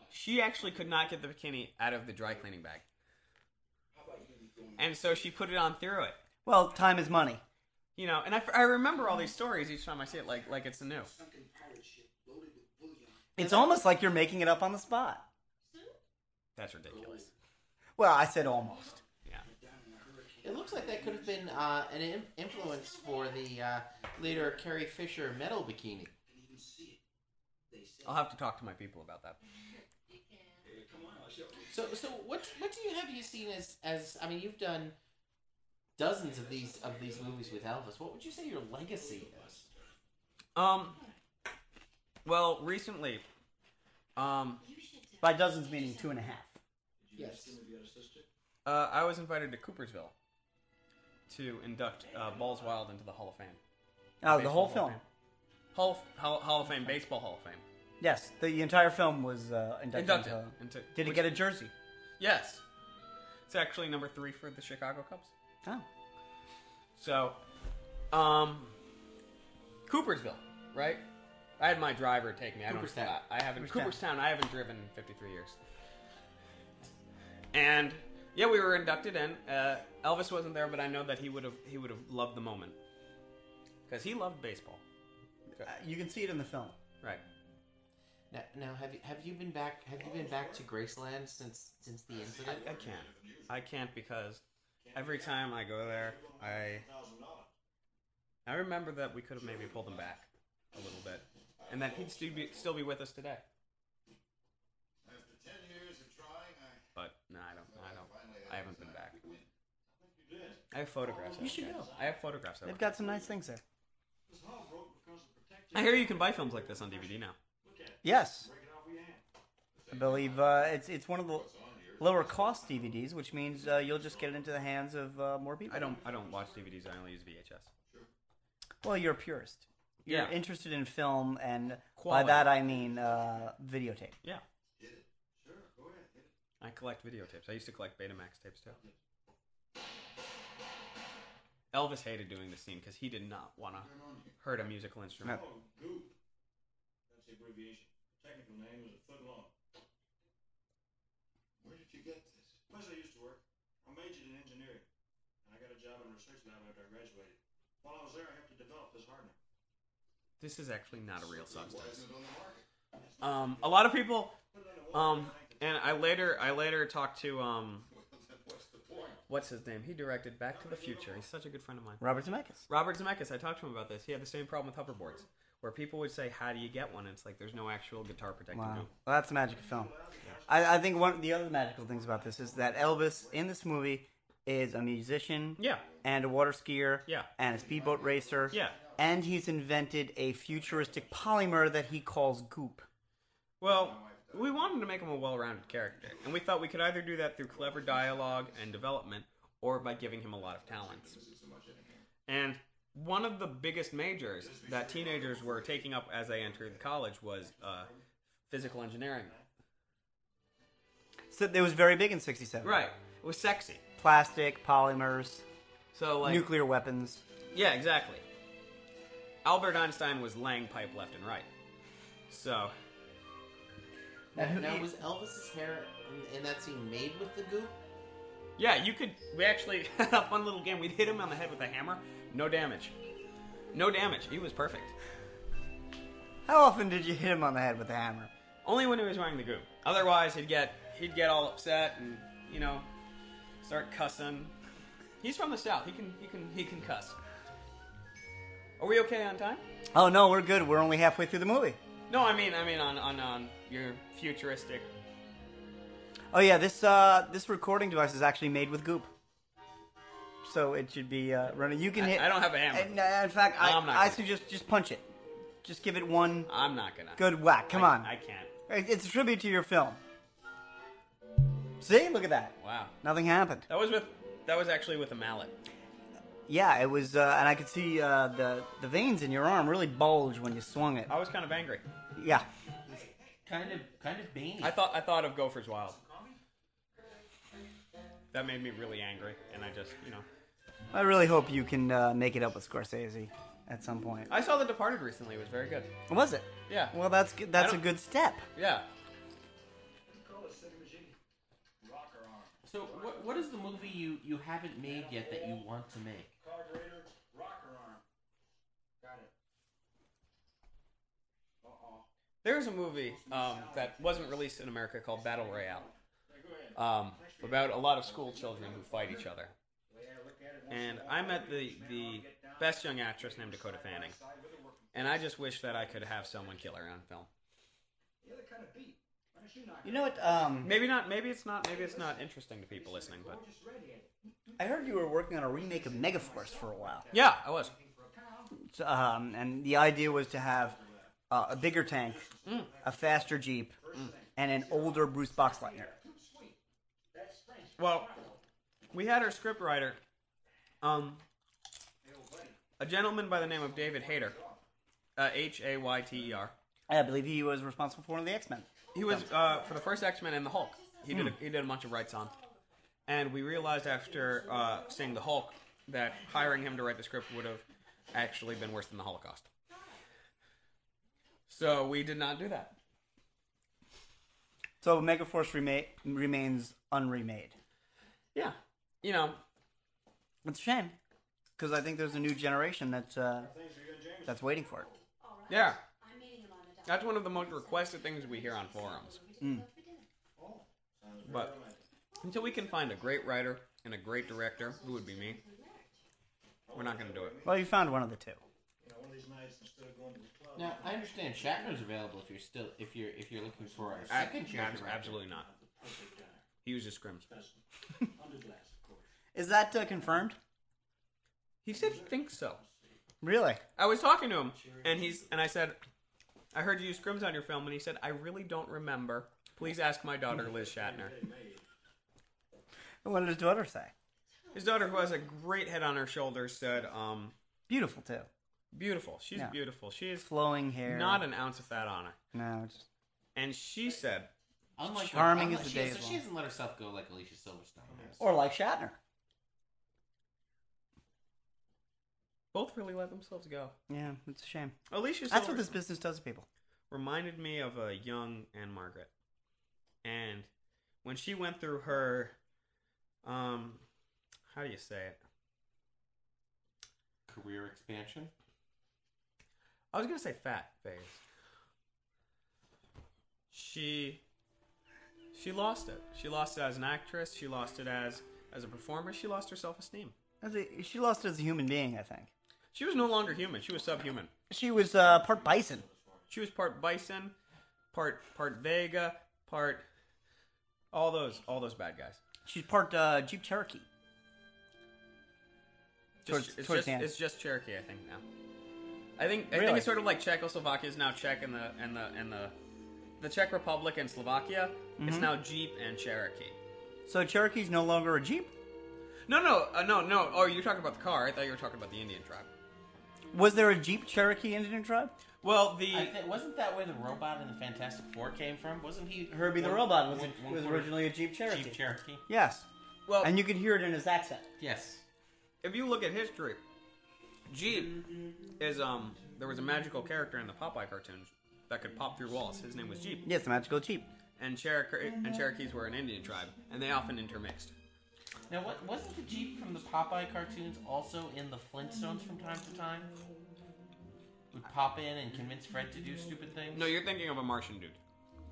S2: She actually could not get the bikini out of the dry cleaning bag. And so she put it on through it.
S1: Well, time is money.
S2: You know, and I, I remember all these stories each time I see it, like like it's new.
S1: It's almost like you're making it up on the spot.
S2: That's ridiculous.
S1: Well, I said almost.
S2: Yeah.
S3: It looks like that could have been uh, an in- influence for the uh, later Carrie Fisher metal bikini.
S2: I'll have to talk to my people about that.
S3: So, so what what do you have you seen as as I mean you've done dozens of these of these movies with Elvis. What would you say your legacy is?
S2: Um. Well, recently, um,
S1: By dozens meaning two and a half.
S3: Yes.
S2: uh, I was invited to Coopersville to induct uh, Balls Wild into the Hall of Fame.
S1: Oh, the whole
S2: Baseball Hall of
S1: film.
S2: Fame. Hall, Hall, Hall of Fame, Baseball Hall of Fame.
S1: Yes, the entire film was uh, inducted.
S2: Inducted.
S1: into-
S2: into,
S1: Did he
S2: which-
S1: get a jersey?
S2: Yes. It's actually number three for the Chicago Cubs.
S1: Oh.
S2: So, um, Coopersville, right? I had my driver take me. I don't.
S3: Cooperstown.
S2: I, I haven't.
S1: Cooperstown.
S2: Cooperstown. I haven't driven in 53 years. And yeah, we were inducted in. Uh, Elvis wasn't there, but I know that he would have. He would have loved the moment because he loved baseball.
S1: Uh, you can see it in the film.
S2: Right.
S3: Now, now have you have you been back have you been back to Graceland since since the incident?
S2: I can't. I can't because every time I go there, I I remember that we could have maybe pulled him back a little bit, and that he'd still be still be with us today.
S4: After ten years of trying, I
S2: But no, I don't. I don't. I haven't been back. I have photographs. You should go. I have photographs. of
S1: They've
S2: it.
S1: got some nice things there.
S2: I hear you can buy films like this on DVD now.
S1: Yes. I believe uh, it's it's one of the lower cost DVDs, which means uh, you'll just get it into the hands of uh, more people.
S2: I don't. I don't watch DVDs. I only use VHS.
S1: Well, you're a purist. You're
S2: Yeah.
S1: interested in film, and by
S2: Quality.
S1: that I mean uh, videotape.
S2: Yeah.
S4: did it. Sure.
S2: I collect videotapes. I used to collect Betamax tapes too. Elvis hated doing the scene because he did not want to hurt a musical instrument.
S1: No.
S8: Oh, goop. That's the abbreviation. Technical name is a foot long.
S4: Where did you get this?
S8: Place I used to work. I majored in engineering, and I got a job in a research lab after I graduated. While I was there, I helped to develop this hardener.
S2: This is actually not a real
S4: Why
S2: substance.
S4: isn't it on the market?
S2: Um, a lot of people,
S8: Put it on the wall.
S2: um, and I later, I later talked to um,
S4: Well, then what's the point?
S2: what's his name? He directed Back to the Future. He's such a good friend of mine.
S1: Robert Zemeckis.
S2: Robert Zemeckis. I talked to him about this. He had the same problem with hoverboards, where people would say, "How do you get one?" And it's like there's no actual guitar protecting
S1: Wow,
S2: you.
S1: well, that's the magic of film. I, I think one of the other magical things about this is that Elvis in this movie is a musician,
S2: Yeah.
S1: and a water skier,
S2: Yeah.
S1: and a speedboat racer,
S2: Yeah.
S1: and he's invented a futuristic polymer that he calls goop.
S2: Well, we wanted to make him a well-rounded character, and we thought we could either do that through clever dialogue and development, or by giving him a lot of talents. And one of the biggest majors that teenagers were taking up as they entered college was uh, physical engineering.
S1: So it was very big in '67.
S2: Right. It was sexy.
S1: Plastic polymers,
S2: So like
S1: nuclear weapons.
S2: Yeah, exactly. Albert Einstein was laying pipe left and right. So,
S3: Now, now was Elvis's hair in, in that scene made with the goop?
S2: yeah, you could. We actually had a fun little game. We'd hit him on the head with a hammer. No damage. No damage. He was perfect.
S1: How often did you hit him on the head with a hammer?
S2: Only when he was wearing the goop. Otherwise, he'd get he'd get all upset and you know start cussing. He's from the south. He can he can he can cuss. Are we okay on time?
S1: Oh no, we're good. We're only halfway through the movie.
S2: No, I mean I mean on on, on your futuristic.
S1: Oh yeah, this uh, this recording device is actually made with goop. So it should be uh, running. You can
S2: I-
S1: hit.
S2: I don't have a hammer.
S1: And, uh, in fact, I,
S2: I'm not
S1: I
S2: gonna-
S1: suggest just punch it. Just give it one
S2: I'm not gonna.
S1: good whack. Come
S2: I-
S1: on,
S2: I can't.
S1: It- it's a tribute to your film. See, look at that.
S2: Wow.
S1: Nothing happened.
S2: That was with. That was actually with a mallet.
S1: Yeah, it was, uh, and I could see uh, the the veins in your arm really bulge when you swung it.
S2: I was kind of angry.
S1: Yeah,
S3: Kind of, kind of beanie.
S2: I thought I thought of Gophers Wild. That made me really angry, and I just, you know,
S1: I really hope you can uh, make it up with Scorsese at some point.
S2: I saw The Departed recently. It was very good.
S1: Was it?
S2: Yeah.
S1: Well, that's good. That's a
S2: don't-
S1: good step.
S2: Yeah.
S3: so, what, what is the movie you, you haven't made yet that you want to make?
S8: Carburetor, rocker arm. Got it. Uh-oh.
S2: There was a movie um, that wasn't released in America called Battle Royale, um, about a lot of school children who fight each other. And I met the the best young actress named Dakota Fanning, and I just wish that I could have someone kill her on film.
S5: You're the kind of beat. Why don't you knock
S1: You know what? Um,
S2: Maybe not. Maybe it's not. Maybe it's not interesting to people listening, but
S5: just redhead?
S1: I heard you were working on a remake of Megaforce for a while.
S2: yeah, I was.
S1: So, Um, and the idea was to have uh, a bigger tank, a faster Jeep, and an older Bruce Boxleitner.
S2: Well, we had our scriptwriter, um, a gentleman by the name of David Hayter, uh, H A Y T E R.
S1: I believe he was responsible for one of the X Men.
S2: He was uh, for the first X Men and the Hulk. He did a, he did a bunch of writes on, and we realized after uh, seeing the Hulk that hiring him to write the script would have actually been worse than the Holocaust. So we did not do that.
S1: So Megaforce rema- remains unremade.
S2: Yeah, you know,
S1: It's a shame because I think there's a new generation that's uh, that's waiting for it.
S6: All right.
S2: yeah.
S6: I'm meeting him on the dock.
S2: That's one of the most requested things we hear on forums.
S6: We just go for dinner.
S2: But until we can find a great writer and a great director, who would be me, we're not going to do it.
S1: Well, you found one of the two.
S8: You know, one of these nights, instead of going to the club,
S3: Now, I understand Shatner's available if you're still if you're if you're looking for a
S2: I-
S3: second chair.
S2: abs-
S3: director.
S2: absolutely not. He was just scrims.
S8: underglass, of course.
S1: Is that uh, confirmed?
S2: He said he thinks so.
S1: Really?
S2: I was talking to him, and he's and I said, I heard you use scrims on your film, and he said, I really don't remember. Please ask my daughter, Liz Shatner.
S1: What did his daughter say?
S2: His daughter, who has a great head on her shoulders, said, um,
S1: Beautiful too.
S2: beautiful. She's
S1: Yeah.
S2: beautiful. She is
S1: Flowing hair.
S2: not an ounce of fat on her.
S1: no. Just
S2: And she said,
S3: Unlike
S1: charming
S3: unlike,
S1: as the
S3: she,
S1: day
S3: So
S1: is
S3: she
S1: long.
S3: doesn't let herself go like Alicia Silverstone. does.
S1: Or like Shatner.
S2: Both really let themselves go.
S1: Yeah, it's a shame.
S2: Alicia
S1: That's
S2: Silver-
S1: what this business does to people.
S2: reminded me of a young Anne Margaret. And when she went through her um how do you say it?
S3: Career expansion.
S2: I was gonna say fat phase. She she lost it. She lost it as an actress, she lost it as as a performer, she lost her self esteem.
S1: As a, she lost it as a human being, I think.
S2: She was no longer human, she was subhuman.
S1: She was uh, part bison.
S2: She was part bison, part part Vega, part all those all those bad guys.
S1: She's part uh, Jeep Cherokee.
S2: Just,
S1: Towards-
S2: it's,
S1: towards
S2: just,
S1: the end.
S2: it's just Cherokee, I think now. I think I
S1: Really?
S2: think it's sort of like Czechoslovakia is now Czech and the and the and the the Czech Republic and Slovakia.
S1: Mm-hmm.
S2: It's now Jeep and Cherokee.
S1: So Cherokee's no longer a Jeep.
S2: No, no, uh, no, no. Oh, you're talking about the car. I thought you were talking about the Indian tribe.
S1: Was there a Jeep Cherokee Indian tribe?
S2: Well, the
S3: I thi- wasn't that where the robot in the Fantastic Four came from? Wasn't he
S1: Herbie the
S3: one-
S1: Robot was,
S3: one-
S1: a,
S3: one
S1: was
S3: quarter
S1: originally a Jeep Cherokee.
S3: Jeep Cherokee?
S1: Yes.
S2: well,
S1: And you could hear it in his accent.
S3: Yes.
S2: if you look at history, Jeep
S1: Mm-hmm.
S2: is um there was a magical character in the Popeye cartoons that could pop through walls. His name was Jeep,
S1: Yes, the magical Jeep.
S2: and Cherokee
S1: Mm-hmm.
S2: and Cherokees were an Indian tribe, and they often intermixed.
S3: Now, what, wasn't the Jeep from the Popeye cartoons also in the Flintstones from time to time? Would pop in and convince Fred to do stupid things?
S2: No, you're thinking of a Martian dude.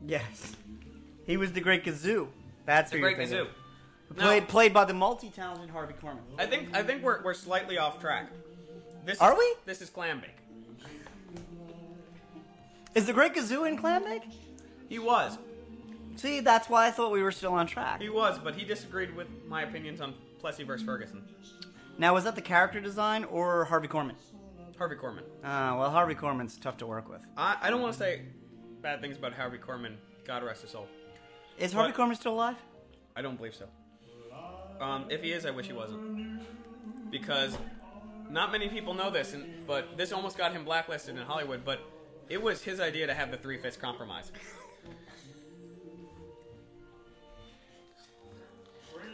S1: Yes. He was the Great Kazoo. That's
S2: The
S1: who
S2: Great
S1: you're thinking.
S2: Kazoo.
S1: of.
S2: No.
S1: Played played by the multi-talented Harvey Korman.
S2: I think I think we're, we're slightly off track. This
S1: Are
S2: is,
S1: we?
S2: This is clam bake.
S1: Is the Great Kazoo in Clambake?
S2: He was,
S1: See, that's why I thought we were still on track.
S2: he was, but he disagreed with my opinions on Plessy versus Ferguson.
S1: Now, was that the character design or Harvey Korman?
S2: Harvey Korman.
S1: Uh, well, Harvey Korman's tough to work with.
S2: I, I don't want to say bad things about Harvey Korman. God rest his soul.
S1: Is Harvey
S2: What?
S1: Korman still alive?
S2: I don't believe so. Um, if he is, I wish he wasn't, because not many people know this, and but this almost got him blacklisted in Hollywood. But it was his idea to have the three fifths compromise.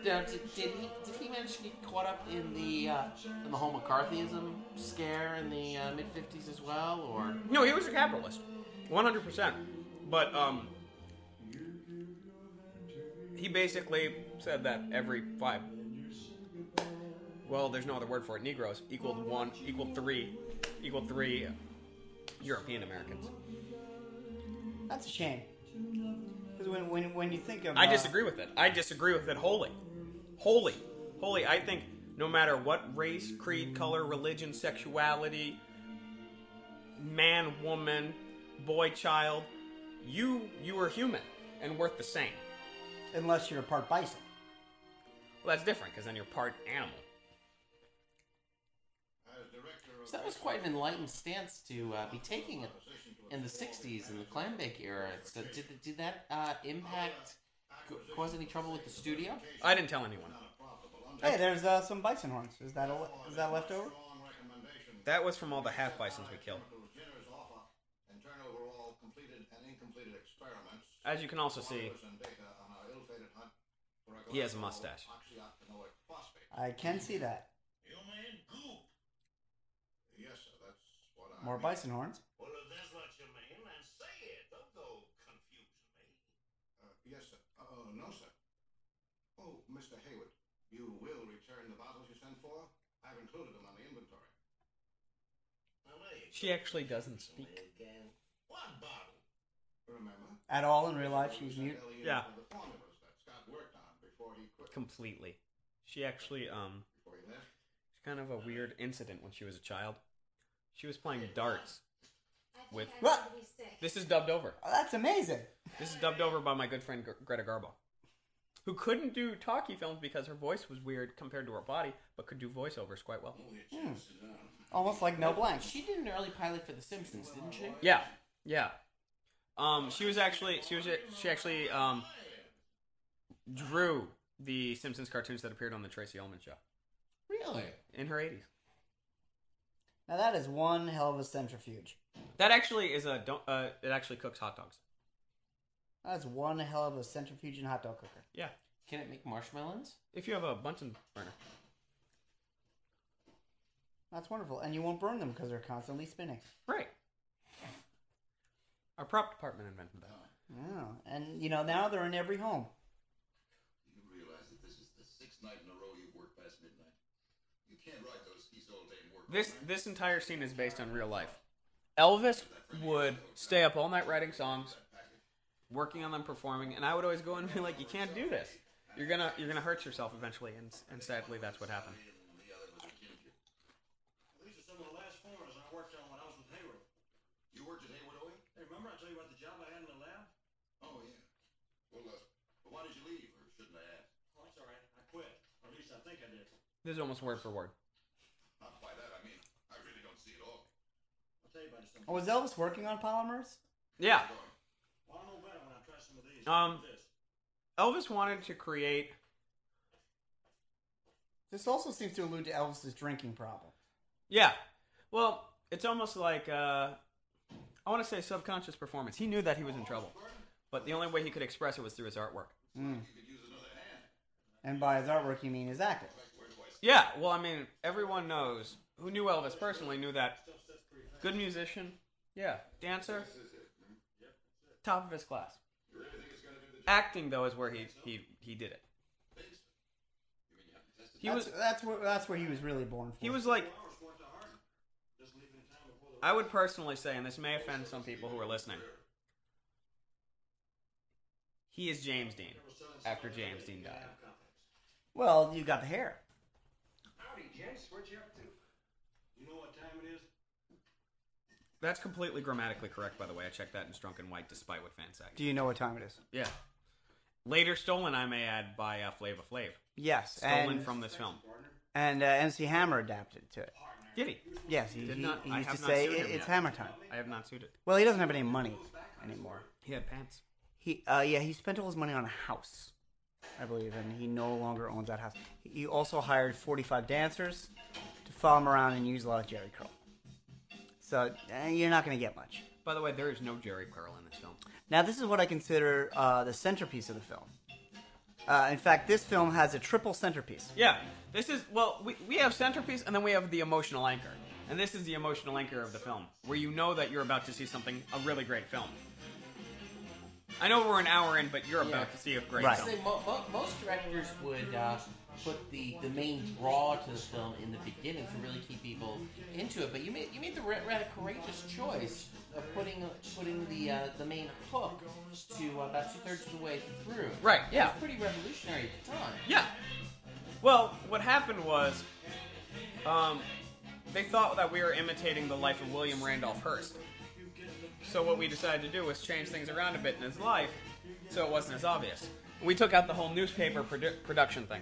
S3: Now, did, did he did he manage to get caught up in the uh, in the whole McCarthyism scare in the uh, mid fifties as well, or
S2: No, he was a capitalist, one hundred percent. But um, he basically said that every five, well, there's no other word for it. Negroes equaled one, equaled three, equaled three European Americans.
S1: That's a shame. Because when, when, when you think of.
S2: I
S1: uh,
S2: disagree with it. I disagree with it wholly, wholly, wholly. I think no matter what race, creed, color, religion, sexuality, man, woman, boy, child, you you are human and worth the same.
S1: Unless you're a part bison.
S2: Well, that's different because then you're part animal.
S4: As director of
S3: so that was quite an enlightened stance to uh, be taking it in the sixties in the clam bake era. So did did that uh, impact c- cause any trouble with the studio?
S2: I didn't tell anyone.
S1: Hey, there's uh, some bison horns. Is that, a, is that left over?
S4: strong recommendation,
S2: That was from all the half bisons we killed.
S4: whose generous offer and turn over all completed and incompleted experiments,
S2: As you can also see,
S4: and data on our ill-fated hunt for a
S2: he has a mustache.
S4: galactanoic phosphate.
S1: I can see that.
S8: You mean goop?
S4: Yes, sir, that's what I
S1: More
S4: mean.
S1: bison horns.
S8: Well, if that's what you mean, then say it. Don't go confuse me.
S4: Uh, yes, sir. Uh, no, sir. Oh, Mr. Hayward, you will return the bottles you sent for? I've included them on the inventory.
S8: Now, there you
S2: She actually doesn't speak.
S8: go. One bottle.
S4: Remember?
S1: At all in real life, she was mute.
S4: Elliot
S2: Yeah.
S4: of The formulas that Scott worked on before he quit.
S2: Completely. She actually um
S4: Before he left.
S2: It's kind of a weird incident when she was a child. She was playing darts.
S6: I think
S2: With-
S6: I'm
S1: What?
S6: gonna be sick.
S2: This is dubbed over.
S1: Oh, that's amazing.
S2: This is dubbed over by my good friend Gre- Greta Garbo, who couldn't do talkie films because her voice was weird compared to her body, but could do voiceovers quite well.
S1: Almost like no blank.
S3: She did an early pilot for The Simpsons, didn't she?
S2: Yeah, yeah. Um, she was actually she was she actually um drew the Simpsons cartoons that appeared on the Tracy Ullman show
S3: Really?
S2: in her 80s.
S1: Now that is one hell of a centrifuge.
S2: That actually is a don't uh, it actually cooks hot dogs.
S1: That's one hell of a centrifuge and hot dog cooker.
S2: Yeah.
S3: Can it make marshmallows?
S2: If you have a Bunsen burner.
S1: That's wonderful. And you won't burn them because they're constantly spinning.
S2: Right. Our prop department invented that.
S1: Oh, and you know now they're in every home.
S4: You realize that this is the sixth night in a row you've worked past midnight. You can't ride those skis all day and work. all
S2: This
S4: night.
S2: this entire scene is based on real life. Elvis would stay up all night writing songs, working on them, performing, and I would always go in and be like, "You can't do this. You're gonna you're gonna hurt yourself eventually." And and sadly, that's what happened.
S4: The other was a ginger.
S8: These are some of the last formulas I worked on when I was with Hayward.
S4: You worked at Hayward Oil?
S8: Hey, remember I told you about the job I had in the lab?
S4: Oh, yeah. Well, uh, but why did you leave, or shouldn't I ask?
S8: Oh, that's all right. I quit. Or at least I think I did.
S2: This is almost word for word.
S4: Not by that, I mean, I really don't see it all.
S8: I'll tell you about it sometime.
S1: Oh, was Elvis working on polymers?
S2: Yeah.
S8: Well, I know better when I try some of these.
S2: Um,
S8: This.
S2: Elvis wanted to create.
S1: This also seems to allude to Elvis's drinking problem.
S2: Yeah. Well, it's almost like uh, I want to say subconscious performance. He knew that he was in trouble, but the only way he could express it was through his artwork.
S1: And by his artwork, you mean his acting.
S2: Yeah, well, I mean, everyone knows who knew Elvis personally knew that good musician, yeah, dancer, top of his class. Acting though is where he he he did it. He
S1: that's,
S2: was
S1: that's where that's where he was really born. For.
S2: he was like I would personally say, and this may offend some people who are listening, he is James Dean after James Dean died.
S1: well, you got the hair.
S5: Howdy, gents. What you up to?
S8: You know what time it is?
S2: That's completely grammatically correct, by the way. I checked that in Drunken White, despite what fans say.
S1: Do you know what time it is?
S2: Yeah. Later stolen, I may add, by uh, Flava Flav.
S1: Yes,
S2: Stolen
S1: and
S2: from this film.
S1: and uh, MC Hammer adapted to it.
S2: Did he?
S1: Yes, he,
S2: Did
S1: he-
S2: not-
S1: he
S2: I
S1: used to
S2: have not
S1: say
S2: sued
S1: "It-
S2: him
S1: it's
S2: yet."
S1: Hammer time.
S2: I have not sued it.
S1: Well, he doesn't have any money anymore.
S2: He had pants.
S1: He, uh, yeah, he spent all his money on a house, I believe, and he no longer owns that house. He also hired 45 dancers to follow him around and use a lot of Jerry curl. So eh, you're not going to get much.
S2: By the way, there is no Jerry Curl in this film.
S1: Now, this is what I consider uh, the centerpiece of the film. Uh, in fact, this film has a triple centerpiece.
S2: Yeah, this is well, we, we have centerpiece, and then we have the emotional anchor, and this is the emotional anchor of the film, where you know that you're about to see something a really great film. I know we're an hour in, but you're about to see a great
S1: Right.
S2: film.
S3: Say mo- mo- most directors would uh, put the, the main draw to the film in the beginning to really keep people into it, but you made you made the ra- rather courageous choice of putting putting the uh, the main hook to uh, about two thirds of the way through.
S2: Right,
S3: It
S2: yeah.
S3: was pretty revolutionary at the time.
S2: Yeah. Well, what happened was, um, they thought that we were imitating the life of William Randolph Hearst. So what we decided to do was change things around a bit in his life, so it wasn't as obvious. We took out the whole newspaper produ- production thing.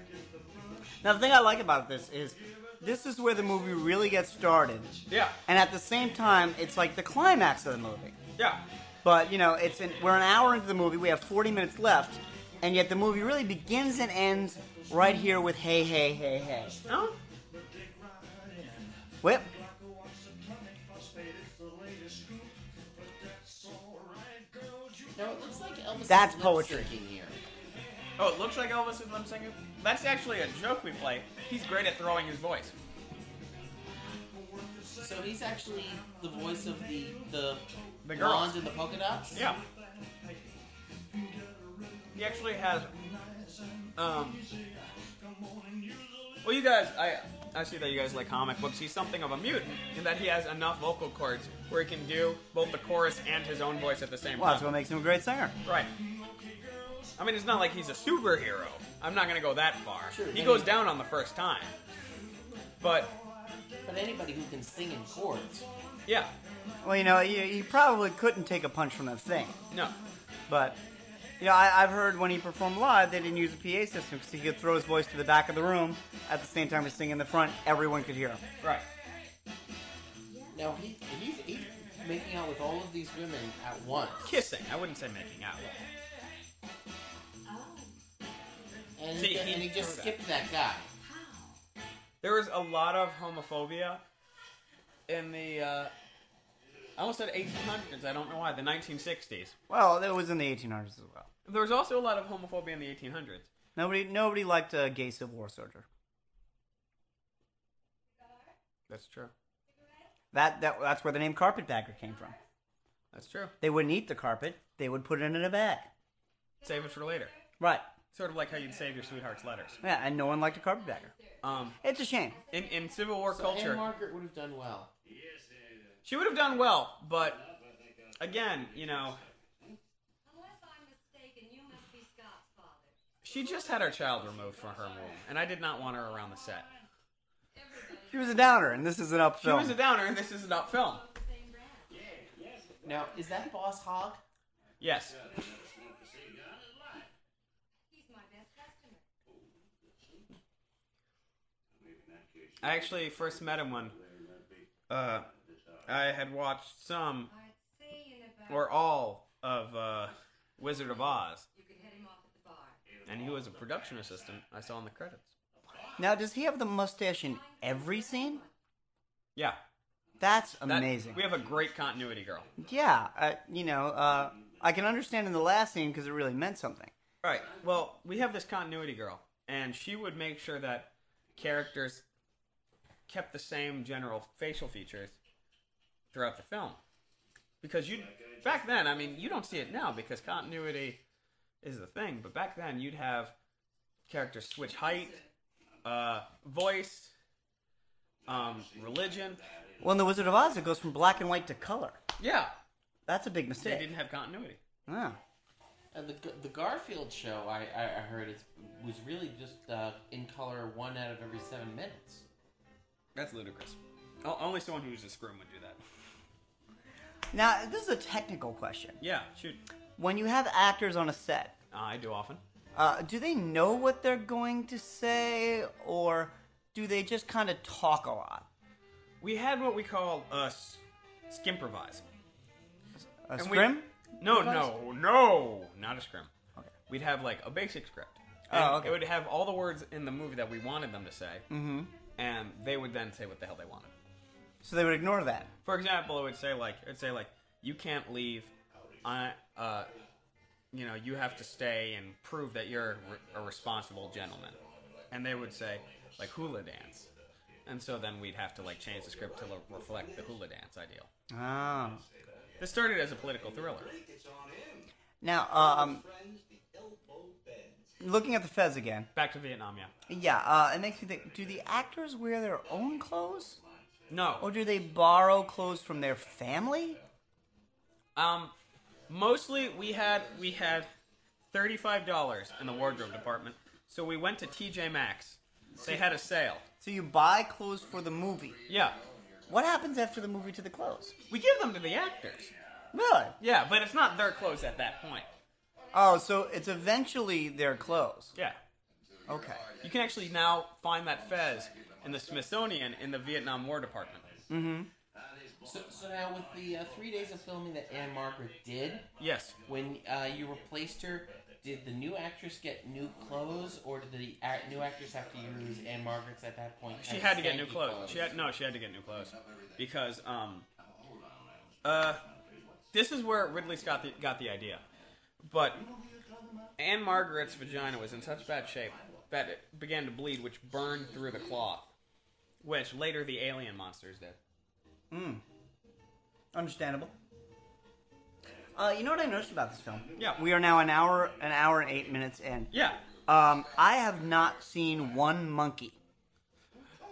S1: Now, the thing I like about this is this is where the movie really gets started.
S2: Yeah.
S1: And at the same time, it's like the climax of the movie.
S2: Yeah.
S1: But you know, it's an, we're an hour into the movie. We have 40 minutes left, and yet the movie really begins and ends right here with "Hey, hey, hey, hey."
S2: No?
S1: Whip.
S3: Now it looks like Elvis. is
S1: That's
S3: lip
S1: poetry.
S3: syncing here.
S2: Oh, it looks like Elvis is lip singing. That's actually a joke we play. He's great at throwing his voice.
S3: So he's actually the voice of the the,
S2: The girls.
S3: blonde in the polka dots.
S2: Yeah. He actually has. Um. Well, you guys, I I see that you guys like comic books. He's something of a mutant in that he has enough vocal cords where he can do both the chorus and his own voice at the same
S1: Well, that's
S2: time.
S1: what makes him a great singer.
S2: Right. I mean, it's not like he's a superhero. I'm not gonna go that far.
S3: Sure,
S2: he
S3: yeah.
S2: goes down on the first time. But
S3: But anybody who can sing in chords.
S2: yeah,
S1: Well, you know, he, he probably couldn't take a punch from that thing,
S2: no.
S1: but you know, I, I've heard when he performed live, they didn't use a PA system because he could throw his voice to the back of the room at the same time as singing in the front. Everyone could hear him.
S2: Right.
S3: Now he he's, he's making out with all of these women at once.
S2: Kissing. I wouldn't say making out.
S6: Oh,
S3: And,
S2: See,
S3: he,
S2: he
S3: and he just
S2: threw
S3: skipped that guy.
S6: how?
S2: There was a lot of homophobia in the uh, I almost said 1800s. I don't know why. The 1960s.
S1: Well, it was in the 1800s as well.
S2: There was also a lot of homophobia in the 1800s.
S1: Nobody, nobody liked a gay Civil War soldier.
S2: That's true.
S1: That, that that's where the name carpetbagger came from.
S2: That's true.
S1: They wouldn't eat the carpet; they would put it in a bag.
S2: Save it for later.
S1: Right.
S2: Sort of like how you'd save your sweetheart's letters.
S1: Yeah, and no one liked a carpetbagger.
S2: Um,
S1: It's a shame.
S2: in, in Civil War
S3: So
S2: culture,
S3: Anne Margaret would have done well.
S2: she would have done well, but again, you know,
S6: Unless I'm mistaken, you must be Scott's father.
S2: she just had her child removed from her womb, and I did not want her around the set.
S1: She was a downer, and this is an up
S2: She
S1: film.
S2: was a downer, and this is an up film.
S3: Now, is that Boss Hog?
S2: Yes.
S6: He's my best customer.
S2: I actually first met him when uh, I had watched some
S6: I'd say in about.
S2: or all of uh, Wizard of Oz,
S6: You could head him off at the bar.
S2: and he was a production assistant I saw in the credits.
S1: now, does he have the mustache in every scene?
S2: Yeah.
S1: That's
S2: that-
S1: amazing.
S2: we have a great continuity girl.
S1: yeah, uh, you know, uh, I can understand in the last scene because it really meant something.
S2: Right. Well, we have this continuity girl, and she would make sure that characters kept the same general facial features throughout the film. Because you back then, I mean, you don't see it now because continuity is the thing, but back then you'd have characters switch height, uh, voice, um, religion.
S1: Well, in The Wizard of Oz, it goes from black and white to color.
S2: Yeah.
S1: That's a big
S2: They
S1: mistake.
S2: didn't have continuity.
S1: Yeah.
S3: And Uh, the G- the Garfield show, I I, I heard it was really just uh, in color one out of every seven minutes.
S2: That's ludicrous. O- Only someone who's a scrum would do that.
S1: Now, this is a technical question.
S2: Yeah, shoot.
S1: When you have actors on a set,
S2: I do often.
S1: Uh, do they know what they're going to say, or do they just kind of talk a lot?
S2: We had what we call a s- skimprovise.
S1: A
S2: And we-
S1: scrim?
S2: No, no, no, not a scrim.
S1: Okay.
S2: We'd have like a basic script.
S1: Oh,
S2: And
S1: okay.
S2: It would have all the words in the movie that we wanted them to say,
S1: Mm-hmm.
S2: and they would then say what the hell they wanted.
S1: So they would ignore that.
S2: For example, it would say like, it'd say like, you can't leave. I, uh, you know, you have to stay and prove that you're re- a responsible gentleman. And they would say like hula dance, and so then we'd have to like change the script to lo- reflect the hula dance ideal.
S1: Oh.
S2: Ah. This started as a political thriller.
S1: Now, um, looking at the fez again.
S2: Back to Vietnam, yeah.
S1: Yeah, uh, it makes me think. Do the actors wear their own clothes, or
S2: No.
S1: do they borrow clothes from their family?
S2: Um, mostly we had we had thirty-five dollars in the wardrobe department, so we went to TJ Maxx. They had a sale.
S1: So you buy clothes for the movie.
S2: Yeah,
S1: What happens after the movie to the clothes?
S2: we give them to the actors.
S1: Really?
S2: Yeah, but it's not their clothes at that point.
S1: Oh, so it's eventually their clothes.
S2: Yeah,
S1: Okay.
S2: you can actually now find that fez in the Smithsonian in the Vietnam War department.
S3: So, so now with the uh, three days of filming that Anne Margaret did,
S2: Yes,
S3: when uh, you replaced her, did the new actress get new clothes, or did the ac new actress have to use Anne Margaret's at that point?
S2: she
S3: kind
S2: had to
S3: of
S2: get new
S3: skanky
S2: clothes. She had no, she had to get new clothes because um, uh, this is where Ridley Scott the, got the idea. But Anne Margaret's vagina was in such bad shape that it began to bleed, which burned through the cloth, which later the alien monsters did.
S1: Understandable. Uh, you know what I noticed about this film?
S2: Yeah.
S1: We are now an hour, an hour and eight minutes in.
S2: Yeah,
S1: Um, I have not seen one monkey.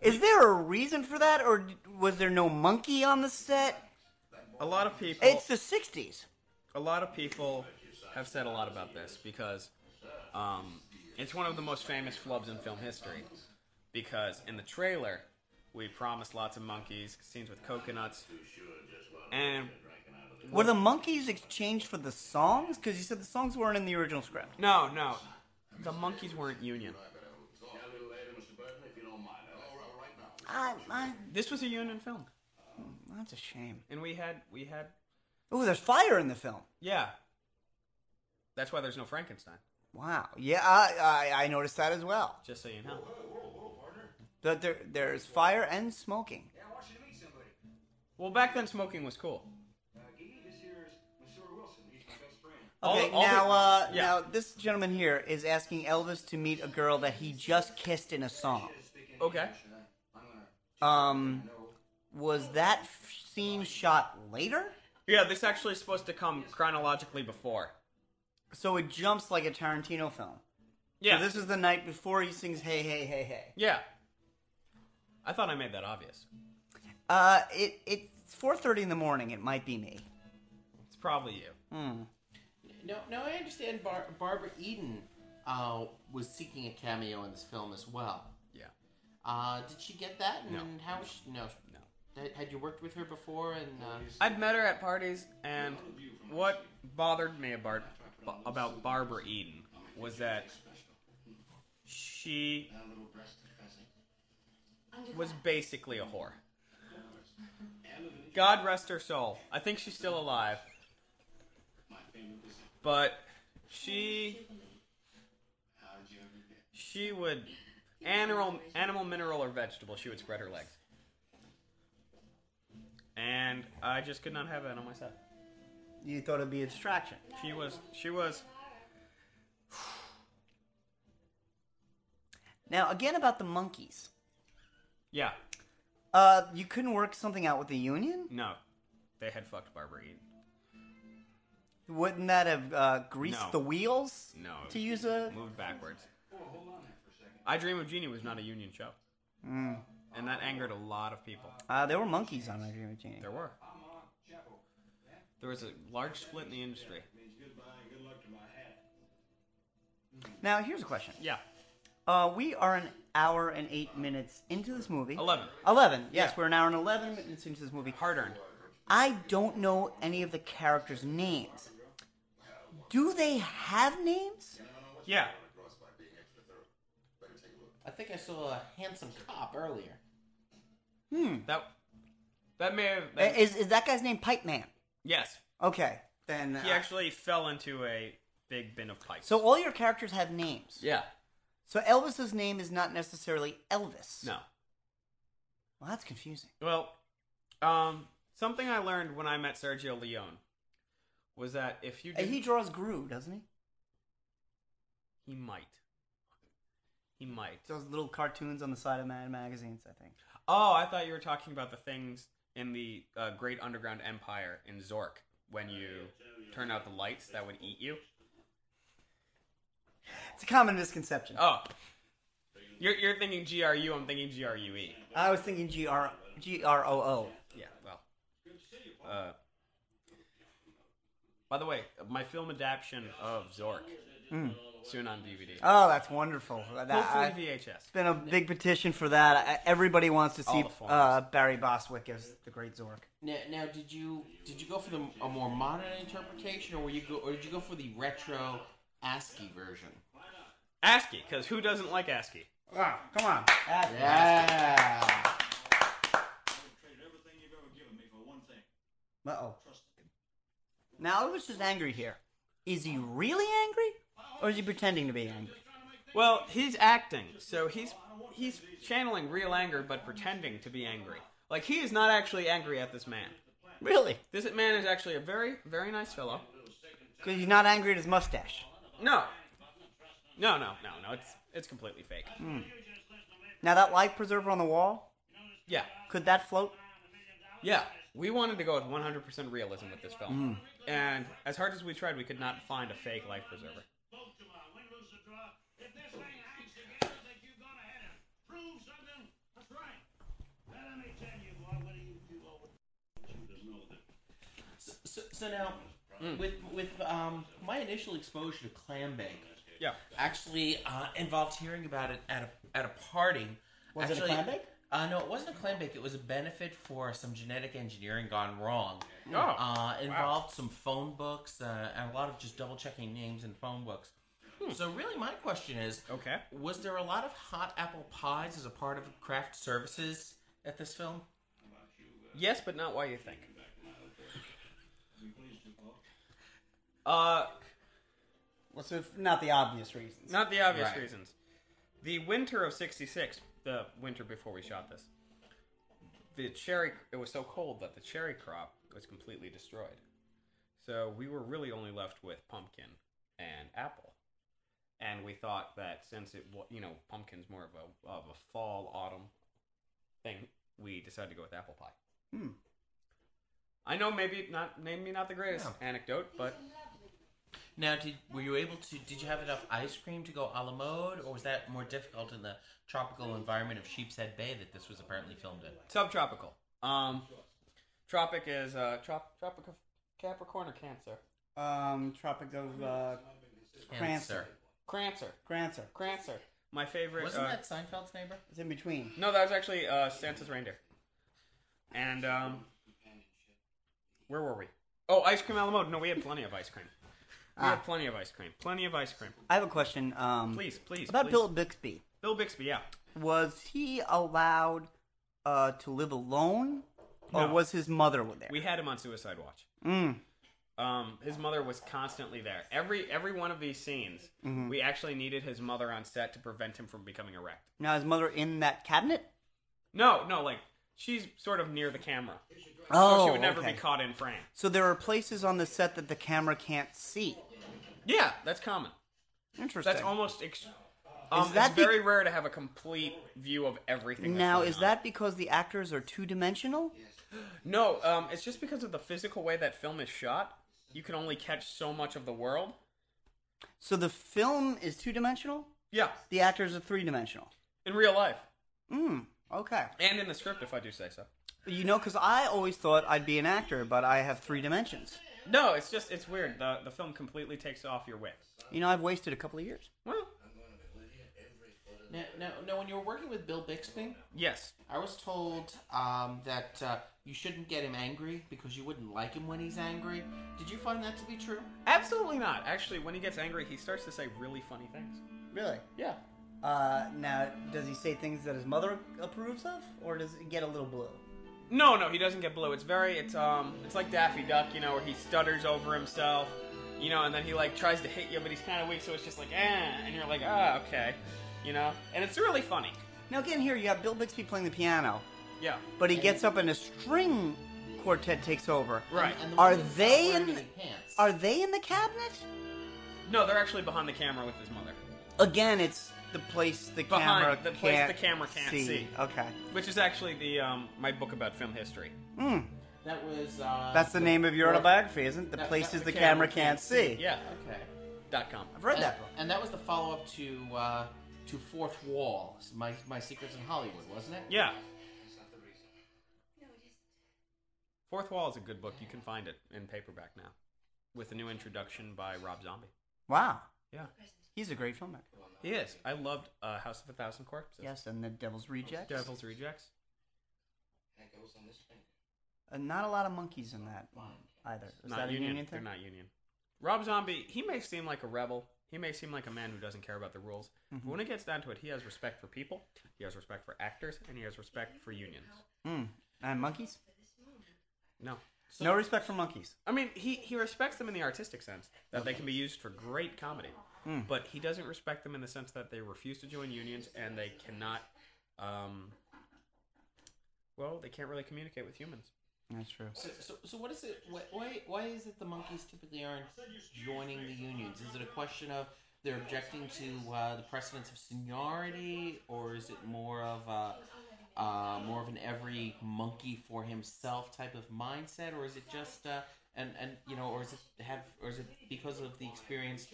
S1: Is there a reason for that, or was there no monkey on the set?
S2: a lot of people.
S1: It's the '60s.
S2: a lot of people have said a lot about this because um, it's one of the most famous flubs in film history. Because in the trailer, we promised lots of monkeys, scenes with coconuts, and
S1: Were the monkeys exchanged for the songs? Because you said the songs weren't in the original script.
S2: no, no, the monkeys weren't union.
S1: I, I,
S2: This was a union film,
S1: that's a shame.
S2: and we had we had
S1: Ooh, there's fire in the film.
S2: yeah. That's why there's no Frankenstein.
S1: Wow. Yeah, I, I, I noticed that as well.
S2: Just so you know.
S1: That there, there's fire and smoking.
S5: Yeah, I want you to meet somebody.
S2: Well, back then smoking was cool.
S5: Uh, Gee, this here is Monsieur Wilson. He's my best friend.
S2: All-
S1: Okay,
S2: all the-
S1: now, uh,
S2: yeah.
S1: now this gentleman here is asking Elvis to meet a girl that he just kissed in a song.
S2: Okay.
S5: I'm gonna.
S1: Um, was that f- scene shot later?
S2: Yeah, this actually is supposed to come chronologically before.
S1: So it jumps like a Tarantino film.
S2: Yeah.
S1: So this is the night before he sings "Hey Hey Hey Hey."
S2: yeah. I thought I made that obvious.
S1: Uh, it it's four thirty in the morning. It might be me.
S2: It's probably you.
S3: No, no, I understand. Bar- Barbara Eden uh, was seeking a cameo in this film as well.
S2: Yeah.
S3: Uh, did she get that? And
S2: No.
S3: How was she? No.
S2: No.
S3: Had- Had you worked with her before? And uh,
S2: I've met her at parties, and what bothered me about, about Barbara Eden was that she was basically a whore. God rest her soul. I think she's still alive. But she. She would. Animal, animal, mineral, or vegetable, she would spread her legs. And I just could not have that on my side.
S1: You thought it'd be a distraction.
S2: She was. She was.
S1: Now again about the monkeys.
S2: Yeah.
S1: Uh, you couldn't work something out with the union?
S2: No. They had fucked Barbara Eden.
S1: Wouldn't that have uh, greased
S2: No.
S1: the wheels?
S2: No.
S1: To use a
S2: Moved backwards. I Dream of Jeannie was not a union show.
S1: Mm.
S2: And that angered a lot of people.
S1: Uh, there were monkeys on my dream of Jeannie.
S2: There were. There was a large split in the industry.
S1: Now, here's a question.
S2: Yeah.
S1: Uh, we are an hour and eight minutes into this movie.
S2: 11.
S1: 11, yes,
S2: Yeah.
S1: we're an hour and 11 minutes into this movie.
S2: Hard earned.
S1: I don't know any of the characters' names. Do they have names?
S2: Yeah.
S3: I think I saw a handsome cop earlier.
S2: That. That may have.
S1: Uh,
S2: that-
S1: Is, is that guy's name Pipe Man?
S2: yes.
S1: Okay, then.
S2: He
S1: uh,
S2: actually fell into a big bin of pipes.
S1: so all your characters have names.
S2: Yeah.
S1: So Elvis's name is not necessarily Elvis.
S2: No.
S1: Well, that's confusing.
S2: Well, um, something I learned when I met Sergio Leone was that if you
S1: Uh,
S2: did,
S1: He draws Gru, doesn't he?
S2: he might, he might.
S1: Those little cartoons on the side of Mad magazines, I think.
S2: Oh, I thought you were talking about the things in the uh, Great Underground Empire in Zork when you turn out the lights that would eat you.
S1: It's a common misconception.
S2: Oh, you're you're thinking GRU. I'm thinking GRUE.
S1: I was thinking G R G R O O.
S2: E. Yeah. Well. Uh. By the way, my film adaptation of Zork soon on DVD.
S1: Oh, that's wonderful. Hmm. That,
S2: Hopefully
S1: I,
S2: VHS.
S1: it's been a big petition for that. I, everybody wants to
S2: All
S1: see
S2: the forms.
S1: uh, Barry Boswick as the Great Zork.
S3: Now, now, did you did you go for the a more modern interpretation, or were you go, or did you go for the retro ASCII version?
S2: ASCII, because who doesn't like ASCII?
S1: Wow, come on. That's
S3: Yeah.
S8: Traded everything you've ever given me for one thing.
S1: Uh oh. Now I was just angry here. Is he really angry, or is he pretending to be angry?
S2: Well, he's acting, so he's he's channeling real anger but pretending to be angry. Like he is not actually angry at this man.
S1: Really?
S2: This man is actually a very very nice fellow.
S1: Because he's not angry at his mustache.
S2: No, no, no, no, no. It's it's completely fake.
S1: Now that life preserver on the wall,
S2: Yeah,
S1: could that float?
S2: yeah. We wanted to go with 100% realism with this film, and as hard as we tried, we could not find a fake life preserver.
S3: So, so, so now,
S2: Hmm.
S3: with with um, my initial exposure to clam bake,
S2: Yeah.
S3: actually uh, involved hearing about it at a at a party.
S1: Was it a
S3: Actually,
S1: clam bake?
S3: Uh, no, it wasn't a clam bake. It was a benefit for some genetic engineering gone wrong.
S2: Oh,
S3: uh, involved some phone books uh, and a lot of just double checking names in phone books. So really, my question is:
S2: Okay.
S3: Was there a lot of hot apple pies as a part of craft services at this film?
S2: Yes, but not why you think. Uh,
S1: Well, so if not the obvious reasons.
S2: Not the obvious
S3: Right.
S2: reasons. The winter of 66 the winter before we shot this. The cherry it was so cold that the cherry crop was completely destroyed. So we were really only left with pumpkin and apple. And we thought that since it wa- you know pumpkin's more of a of a fall autumn thing, we decided to go with apple pie.
S1: Hmm.
S2: I know maybe not maybe not the greatest
S3: No.
S2: anecdote, but
S3: Now, did were you able to? Did you have enough ice cream to go a la mode, or was that more difficult in the tropical environment of Sheepshead Bay that this was apparently filmed in?
S2: subtropical. Um, tropic is uh trop tropic of Capricorn or Cancer.
S1: Um, Tropic of uh,
S3: Cancer.
S2: Crancer,
S1: Crancer.
S2: Crancer. My favorite.
S3: Wasn't
S2: uh,
S3: that Seinfeld's neighbor?
S1: It's in between.
S2: No, that was actually uh, Santa's reindeer. And um, where were we? Oh, ice cream a la mode. No, we had plenty of ice cream. We
S1: Ah.
S2: had plenty of ice cream. Plenty of ice cream.
S1: I have a question. Um,
S2: Please, please.
S1: about
S2: please.
S1: Bill Bixby.
S2: Bill Bixby. Yeah.
S1: Was he allowed uh, to live alone, or
S2: No.
S1: was his mother there?
S2: We had him on Suicide Watch.
S1: mm.
S2: Um, his mother was constantly there. Every every one of these scenes,
S1: Mm-hmm.
S2: we actually needed his mother on set to prevent him from becoming erect.
S1: Now his mother in that cabinet.
S2: No, no, like she's sort of near the camera,
S1: Oh,
S2: so she would never
S1: okay.
S2: be caught in frame.
S1: So there are places on the set that the camera can't see.
S2: Yeah, that's common.
S1: Interesting.
S2: That's almost. Ex- um,
S1: that
S2: it's
S1: be-
S2: very rare to have a complete view of everything. that's
S1: now,
S2: going
S1: is
S2: on.
S1: that because the actors are two dimensional?
S2: no? Um, it's just because of the physical way that film is shot. You can only catch so much of the world.
S1: So the film is two dimensional.
S2: Yeah,
S1: The actors are three dimensional.
S2: in real life
S1: Mm, okay.
S2: and in the script, if I do say so.
S1: You know, because I always thought I'd be an actor, but I have three dimensions.
S2: No, it's just it's weird. The the film completely takes off your width.
S1: You know, I've wasted a couple of years.
S2: Well,
S3: No, no, no. When you were working with Bill Bixby,
S2: yes,
S3: I was told um, that uh, you shouldn't get him angry because you wouldn't like him when he's angry. Did you find that to be true?
S2: absolutely not. Actually, when he gets angry, he starts to say really funny things.
S1: Really?
S2: Yeah.
S1: Uh, now, does he say things that his mother approves of, or does it get a little blue?
S2: No, no, he doesn't get blue. It's very, it's um, it's like Daffy Duck, you know, where he stutters over himself, you know, and then he like tries to hit you, but he's kind of weak, so it's just like, eh, and you're like, ah, okay, you know, and it's really funny.
S1: Now, again, here you have Bill Bixby playing the piano,
S2: Yeah.
S1: but he gets up and a string quartet takes over.
S2: Right.
S3: And the
S1: Are
S3: woman was not
S1: they
S3: wearing
S1: in-
S3: any pants.
S1: Are they in the cabinet?
S2: No, they're actually behind the camera with his mother,
S1: Again, it's the place the
S2: Behind-
S1: camera
S2: the
S1: can't
S2: place the camera can't see.
S1: Okay.
S2: which is actually the um, my book about film history.
S1: Mm,
S3: That was. Uh,
S1: that's the name of your autobiography, isn't it? The
S3: That-
S1: places
S3: that
S1: the camera can't see.
S2: Yeah.
S3: Okay.
S2: Dot com.
S1: I've read
S3: and,
S1: that book.
S3: And that was the follow up to uh, to Fourth Wall, my my secrets in Hollywood, wasn't it?
S2: Yeah.
S6: No, it isn't.
S2: Fourth Wall is a good book. You can find it in paperback now, with a new introduction by Rob Zombie.
S1: Wow.
S2: Yeah.
S1: He's a great filmmaker.
S2: He is. I loved uh, House of a Thousand Corpses.
S1: Yes, and the Devil's Rejects.
S2: Devil's Rejects.
S5: That goes on this finger.
S1: Uh, not a lot of monkeys in that one either. Is that
S2: not
S1: a
S2: union.
S1: union,
S2: They're
S1: thing?
S2: not union. Rob Zombie, he may seem like a rebel. He may seem like a man who doesn't care about the rules.
S1: Mm-hmm.
S2: But when it gets down to it, he has respect for people, he has respect for actors, and he has respect for unions.
S1: Mm. And monkeys?
S2: No.
S1: no respect for monkeys.
S2: I mean, he, he respects them in the artistic sense, that they can be used for great comedy.
S1: Hmm.
S2: But he doesn't respect them in the sense that they refuse to join unions and they cannot, um, well, they can't really communicate with humans.
S1: That's true.
S3: So, so, so what is it? wh- Why, why is it the monkeys typically aren't joining the unions? Is it a question of they're objecting to uh, the precedence of seniority, or is it more of a uh, more of an every monkey for himself type of mindset, or is it just uh, and and you know, or is it have or is it because of the experience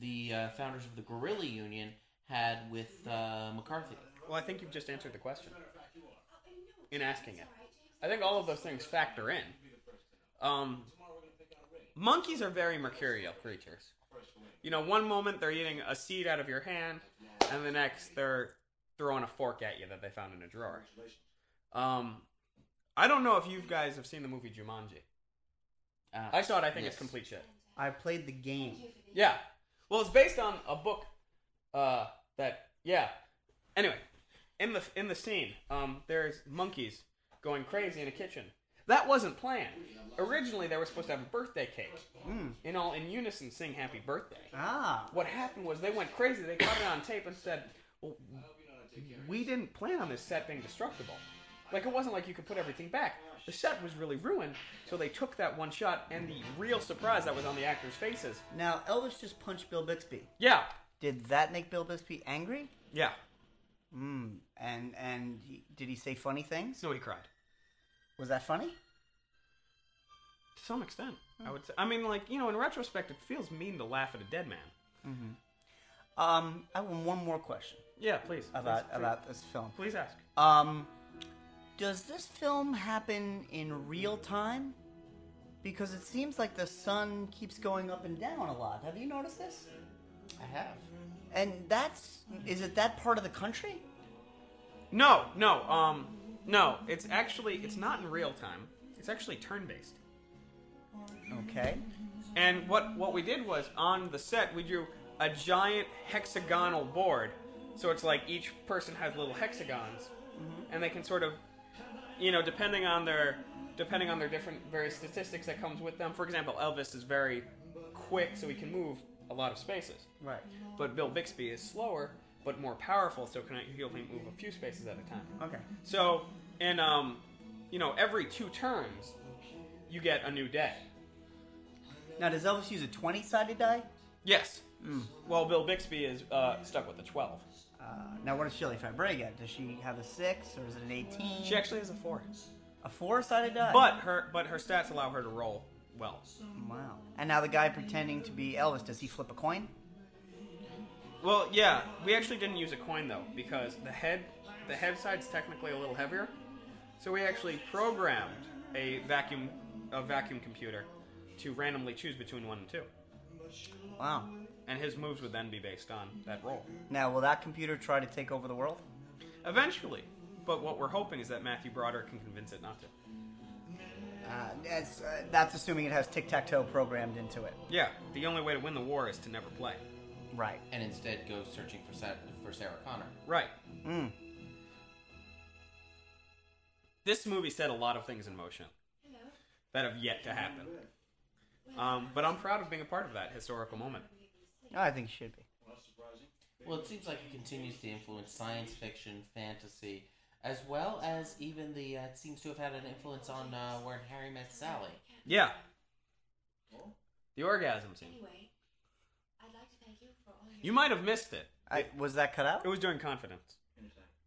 S3: the uh, founders of the Gorilla Union had with uh, McCarthy?
S2: Well, I think you've just answered the question in asking it. I think all of those things factor in. Um, monkeys are very mercurial creatures. You know, one moment they're eating a seed out of your hand, and the next they're throwing a fork at you that they found in a drawer. Um, I don't know if you guys have seen the movie Jumanji.
S3: Uh,
S2: I saw it. I think
S3: yes.
S2: it's complete shit.
S1: I played the game.
S2: Yeah. Well, it's based on a book. Uh, that yeah. Anyway, in the in the scene, um, there's monkeys going crazy in a kitchen. That wasn't planned. Originally, they were supposed to have a birthday cake
S1: Mm.
S2: and all in unison sing "Happy Birthday."
S1: Ah.
S2: What happened was they went crazy. They caught it on tape and said, well, we didn't plan on this set being destructible. Like it wasn't like you could put everything back. The set was really ruined, so they took that one shot and the real surprise that was on the actors' faces.
S1: Now, Elvis just punched Bill Bixby.
S2: Yeah,
S1: Did that make Bill Bixby angry?
S2: yeah.
S1: Mm. And and he, did he say funny things?
S2: So he cried
S1: Was that funny?
S2: to some extent. I would. Say. I mean, like you know, in retrospect, it feels mean to laugh at a dead man.
S1: Um, I have one more question
S2: Yeah, please.
S1: about
S2: please,
S1: about this film.
S2: Please ask.
S1: Um, does this film happen in real time? Because it seems like the sun keeps going up and down a lot. Have you noticed this?
S3: I have.
S1: And that's is it that part of the country?
S2: No, no, um, no. It's actually it's not in real time. It's actually turn based.
S1: Okay.
S2: And what what we did was on the set we drew a giant hexagonal board, so it's like each person has little hexagons, and they can sort of, you know, depending on their depending on their different various statistics that comes with them. For example, Elvis is very quick, so he can move a lot of spaces.
S1: Right.
S2: But Bill Bixby is slower, but more powerful, so can he only move a few spaces at a time.
S1: Okay.
S2: So, and um, you know, every two turns, you get a new day.
S1: Now does Elvis use a twenty-sided die?
S2: Yes. Well, Bill Bixby is uh, stuck with the twelve.
S1: Uh, now what does Shirley Fabre get? Does she have a six or is it an eighteen?
S2: She actually has a four,
S1: A four-sided die.
S2: but her but her stats allow her to roll well.
S1: wow. And now the guy pretending to be Elvis, does he flip a coin?
S2: Well, yeah, we actually didn't use a coin though because the head the head side's technically a little heavier, so we actually programmed a vacuum a vacuum computer to randomly choose between one and two,
S1: Wow.
S2: and his moves would then be based on that roll.
S1: Now will that computer try to take over the world?
S2: Eventually. But what we're hoping is that Matthew Broderick can convince it not to.
S1: Uh, that's, uh, that's assuming it has tic-tac-toe programmed into it.
S2: Yeah, the only way to win the war is to never play.
S1: Right.
S3: And instead goes searching for Sa- for Sarah Connor.
S2: Right.
S1: Mm.
S2: This movie set a lot of things in motion that have yet to happen. Um, but I'm proud of being a part of that historical moment.
S1: Oh, I think it should be.
S3: Well, it seems like it continues to influence science fiction, fantasy, as well as even the. Uh, it seems to have had an influence on uh, Where Harry Met Sally.
S2: Yeah. The orgasm scene.
S6: Anyway, I'd like to thank you for all your
S2: You might have missed it.
S1: I, was that cut out?
S2: It was during confidence.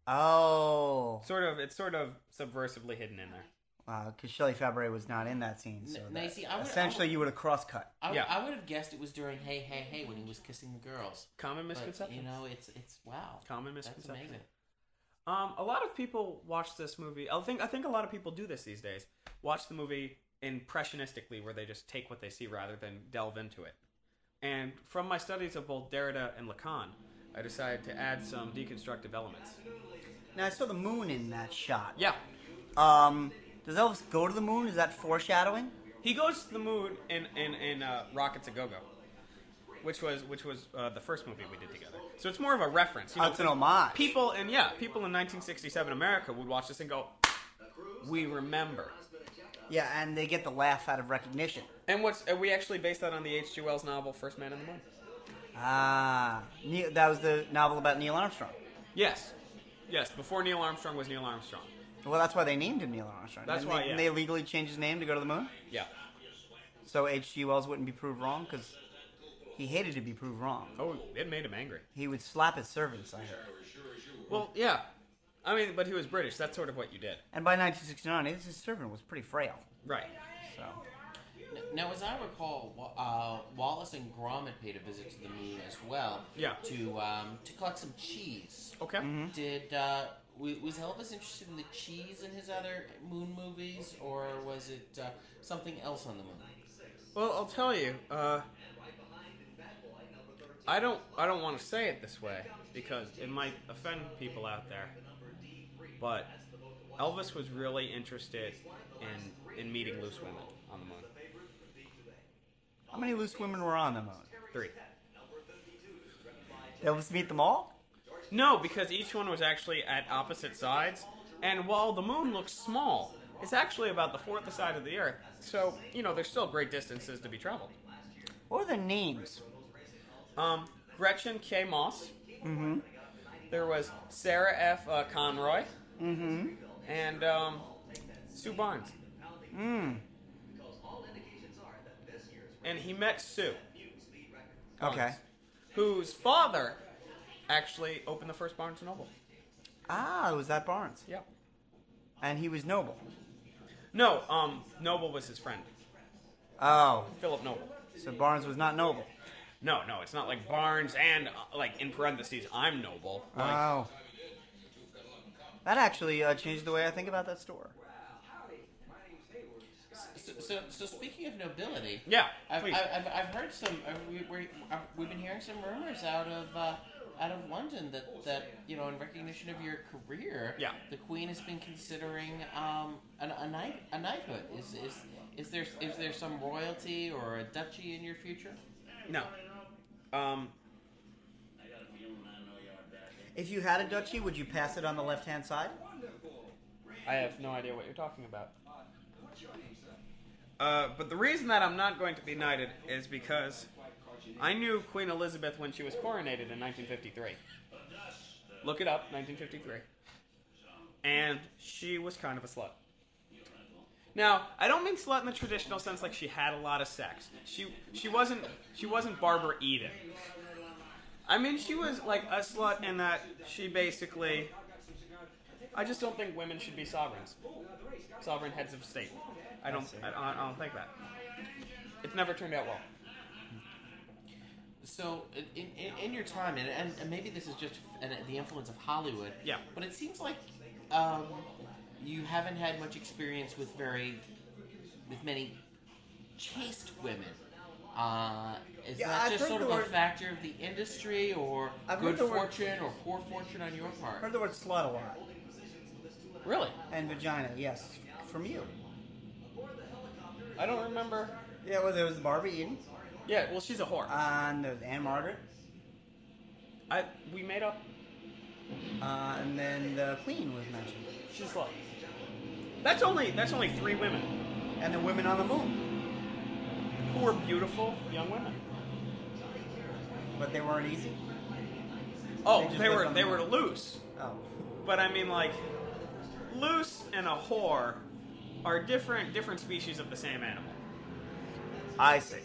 S1: Oh,
S2: Sort of, it's sort of subversively hidden in there.
S1: because Shelley Fabre was not in that scene. So
S3: N-
S1: that-
S3: Nancy, I would- I
S1: essentially,
S3: would-
S1: you would have cross cut.
S3: I, would-
S2: Yeah.
S3: I would have guessed it was during Hey Hey Hey when he was kissing the girls.
S2: Common
S3: But,
S2: misconception.
S3: you know, it's it's wow.
S2: Common
S3: That's
S2: misconception.
S3: amazing.
S2: Um, a lot of people watch this movie. I think I think a lot of people do this these days. Watch the movie impressionistically, where they just take what they see rather than delve into it. And from my studies of both Derrida and Lacan, I decided to add some deconstructive elements.
S1: Now I saw the moon in that shot.
S2: Yeah,
S1: Um, does Elvis go to the moon? Is that foreshadowing?
S2: he goes to the moon in in, in uh, Rockets a Go Go, which was which was uh, the first movie we did together. So it's more of a reference. You
S1: Oh,
S2: know,
S1: it's an homage.
S2: people and yeah, people in 1967 America would watch this and go, "We remember."
S1: Yeah, and they get the laugh out of recognition.
S2: And what's and we actually based that on the H.G. Wells novel First Man in the Moon.
S1: Ah, Neil, that was the novel about Neil Armstrong.
S2: Yes, yes. Before Neil Armstrong was Neil Armstrong.
S1: Well, that's why they named him Neil Armstrong.
S2: That's
S1: Didn't
S2: why,
S1: They,
S2: yeah.
S1: they legally changed his name to go to the moon,
S2: Yeah.
S1: so H.G. Wells wouldn't be proved wrong because he hated to be proved wrong.
S2: Oh, it made him angry.
S1: He would slap his servants. I heard.
S2: Well, yeah. I mean, but he was British. That's sort of what you did,
S1: And by 1969, his servant was pretty frail.
S2: right?
S1: So
S3: N- Now, as I recall, Wa- uh, Wallace and Gromit paid a visit to the moon as well.
S2: Yeah.
S3: To um, to collect some cheese.
S2: Okay.
S3: Did uh, w- was Elvis interested in the cheese in his other moon movies, or was it uh, something else on the moon?
S2: Well, I'll tell you. Uh, I don't. I don't want to say it this way because it might offend people out there. But Elvis was really interested in in meeting loose women on the moon.
S1: how many loose women were on the moon?
S2: Three.
S1: Elvis meet them all.
S2: No, because each one was actually at opposite sides, and while the moon looks small, it's actually about the fourth side of the Earth. So you know, there's still great distances to be traveled.
S1: What were their names?
S2: Um, Gretchen K. Moss, There was Sarah F. Uh, Conroy and um, Sue Barnes. And he met Sue,
S1: Okay.
S2: whose father actually opened the first Barnes and Noble.
S1: Ah, it was that Barnes,
S2: Yeah.
S1: and he was noble.
S2: No, um, Noble was his friend,
S1: Oh,
S2: Philip Noble.
S1: so Barnes was not noble.
S2: No, no, it's not like Barnes and uh, like in parentheses, I'm Noble. Like,
S1: Wow. Oh. That actually uh, changed the way I think about that store.
S3: So, so, so speaking of nobility,
S2: yeah,
S3: I've, I've,
S2: please.
S3: I've, I've heard some. uh, We, we, I've, we've been hearing some rumors out of uh, out of London that, that you know, in recognition of your career,
S2: Yeah.
S3: the Queen has been considering um, an, a knight a knighthood. Is is is there is there some royalty or a duchy in your future?
S2: no. Um,
S1: If you had a duchy, would you pass it on the left hand side?
S2: I have no idea what you're talking about. Uh, but the reason that I'm not going to be knighted is because I knew Queen Elizabeth when she was coronated in 1953. Look it up, 1953. And she was kind of a slut. Now, I don't mean slut in the traditional sense, like she had a lot of sex. She she wasn't she wasn't Barbara Eden. I mean, she was like a slut in that she basically. I just don't think women should be sovereigns, sovereign heads of state. I don't. I, don't- I don't think that. It's never turned out well.
S3: So, in, in, in your time, and, and, and maybe this is just an, the influence of Hollywood.
S2: Yeah.
S3: But it seems like um, you haven't had much experience with very, with many chaste women. Uh, is
S1: Yeah,
S3: that
S1: I've
S3: just
S1: heard
S3: sort
S1: the
S3: of a
S1: word-
S3: factor of the industry, or
S1: I've heard the
S3: good
S1: word-
S3: fortune, or poor fortune on your part?
S1: Heard the word slut a lot.
S3: Really?
S1: And vagina, yes. From you.
S2: I don't remember.
S1: Yeah, well, there was Barbie Eden,
S2: Yeah. Well, she's a whore.
S1: and there was Anne Margaret,
S2: I we made up.
S1: uh, and then the Queen was mentioned.
S2: She's a slut. That's only that's only three women
S1: And the women on the moon.
S2: who were beautiful young women.
S1: But they weren't easy. They
S2: Oh,
S1: just
S2: they
S1: lived
S2: were
S1: on
S2: they
S1: the
S2: were
S1: moon.
S2: loose,
S1: Oh.
S2: but I mean like loose and a whore are different different species of the same animal.
S1: I see.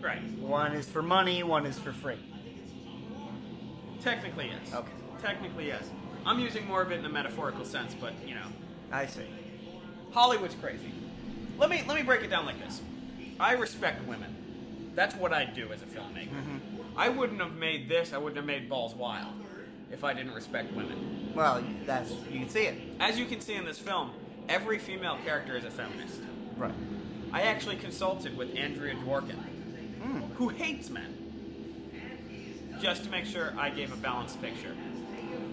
S2: Right.
S1: One is for money, one is for free.
S2: Technically yes.
S1: Okay.
S2: Technically yes. I'm using more of it in a metaphorical sense, but you know.
S1: I see.
S2: Hollywood's crazy. Let me let me break it down like this. I respect women. That's what I do as a filmmaker.
S3: Mm-hmm.
S2: I wouldn't have made this. I wouldn't have made Balls Wild if I didn't respect women.
S1: Well, that's you can see it.
S2: As you can see in this film, every female character is a feminist.
S1: Right.
S2: I actually consulted with Andrea Dworkin,
S3: Mm.
S2: who hates men, just to make sure I gave a balanced picture.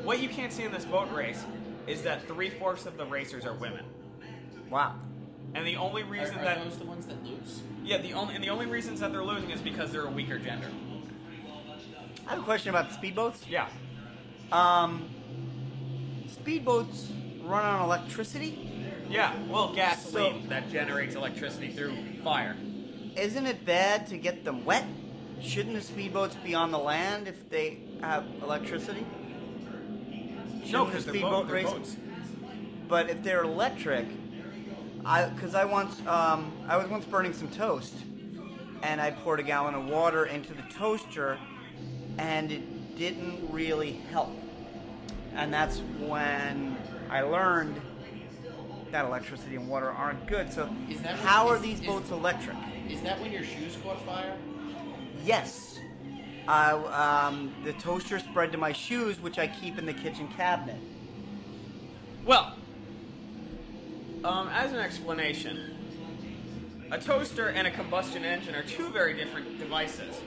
S2: What you can't see in this boat race is that three fourths of the racers are women,
S1: Wow.
S2: and the only
S3: Are,
S2: reason
S3: are
S2: that
S3: those the ones that lose?
S2: Yeah, the only and the only reasons that they're losing is because they're a weaker gender.
S1: I have a question about the speedboats.
S2: Yeah.
S1: Um, speedboats run on electricity.
S2: Yeah. Well, gasoline that generates electricity through fire.
S1: Isn't it bad to get them wet? Shouldn't the speedboats be on the land if they have electricity?
S2: No,
S1: Shouldn't
S2: because
S1: the
S2: they're,
S1: speedboat
S2: boat, they're
S1: race-
S2: boats.
S1: But if they're electric, I because I once um, I was once burning some toast, and I poured a gallon of water into the toaster, and it didn't really help. And that's when I learned that electricity and water aren't good. So
S3: Is that what-
S1: how are
S3: is-
S1: these
S3: is-
S1: boats electric?
S3: Is that when your shoes caught fire?
S1: Yes. I, um, the toaster spread to my shoes, which I keep in the kitchen cabinet.
S2: Well, um, as an explanation, a toaster and a combustion engine are two very different devices.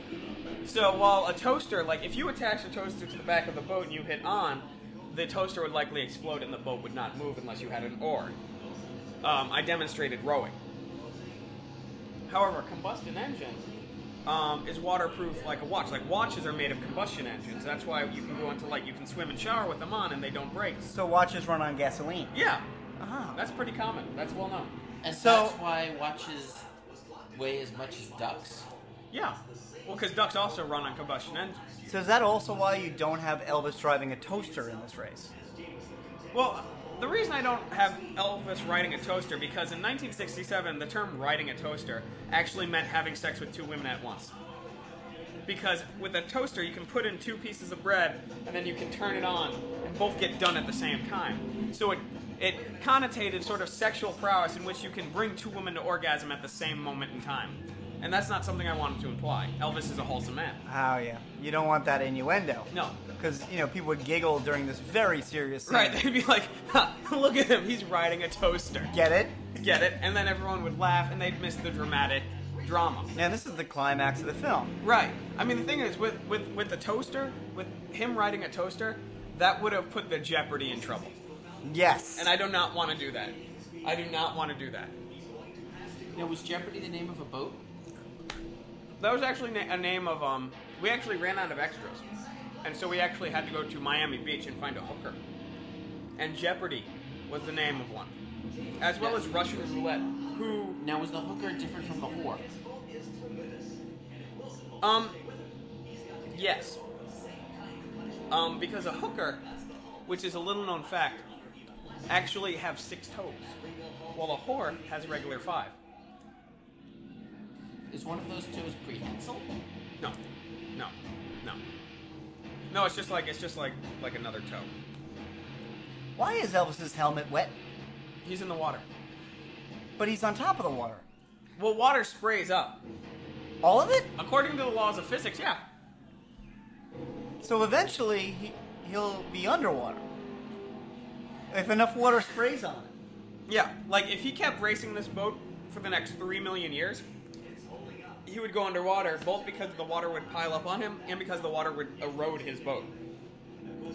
S2: So while a toaster, like if you attach a toaster to the back of the boat and you hit on, the toaster would likely explode and the boat would not move unless you had an oar. Um, I demonstrated rowing. However, a combustion engine um, is waterproof like a watch. Like watches are made of combustion engines. That's why you can go into like you can swim and shower with them on and they don't break.
S1: So watches run on gasoline.
S2: Yeah,
S1: Ah.
S2: that's pretty common. That's well known.
S3: And
S1: So-
S3: that's why watches weigh as much as ducks.
S2: Yeah. Well, because ducks also run on combustion engines.
S1: So is that also why you don't have Elvis driving a toaster in this race?
S2: Well, the reason I don't have Elvis riding a toaster because in 1967 the term riding a toaster actually meant having sex with two women at once. Because with a toaster you can put in two pieces of bread and then you can turn it on and both get done at the same time. So it it connotated sort of sexual prowess in which you can bring two women to orgasm at the same moment in time. And that's not something I wanted to imply. Elvis is a wholesome man.
S1: Oh yeah, you don't want that innuendo.
S2: No.
S1: because you know people would giggle during this very serious. Scene.
S2: Right, they'd be like, "Huh, look at him, he's riding a toaster.
S1: Get it?
S2: get it, and then everyone would laugh and they'd miss the dramatic drama.
S1: Now this is the climax of the film.
S2: Right. I mean, the thing is, with with with the toaster, with him riding a toaster, that would have put the Jeopardy in trouble,
S1: Yes.
S2: and I do not want to do that. I do not want to do that.
S3: Now, was Jeopardy the name of a boat?
S2: That was actually na- a name of um. We actually ran out of extras, and so we actually had to go to Miami Beach and find a hooker. And Jeopardy was the name of one, as well as Russian roulette. Who
S3: Now, was the hooker different from the whore?
S2: Um. Yes. Um, because a hooker, which is a little known fact, actually have six toes, while a whore has regular five.
S3: Is one of those toes prehensile?
S2: No, no, no, no. It's just like it's just like like another toe.
S1: Why is Elvis's helmet wet?
S2: He's in the water.
S1: But he's on top of the water.
S2: Well, water sprays up.
S1: All of it?
S2: According to the laws of physics, yeah.
S1: So eventually he, he'll be underwater. If enough water sprays on it.
S2: Yeah, like if he kept racing this boat for the next three million years, he would go underwater, both because the water would pile up on him and because the water would erode his boat.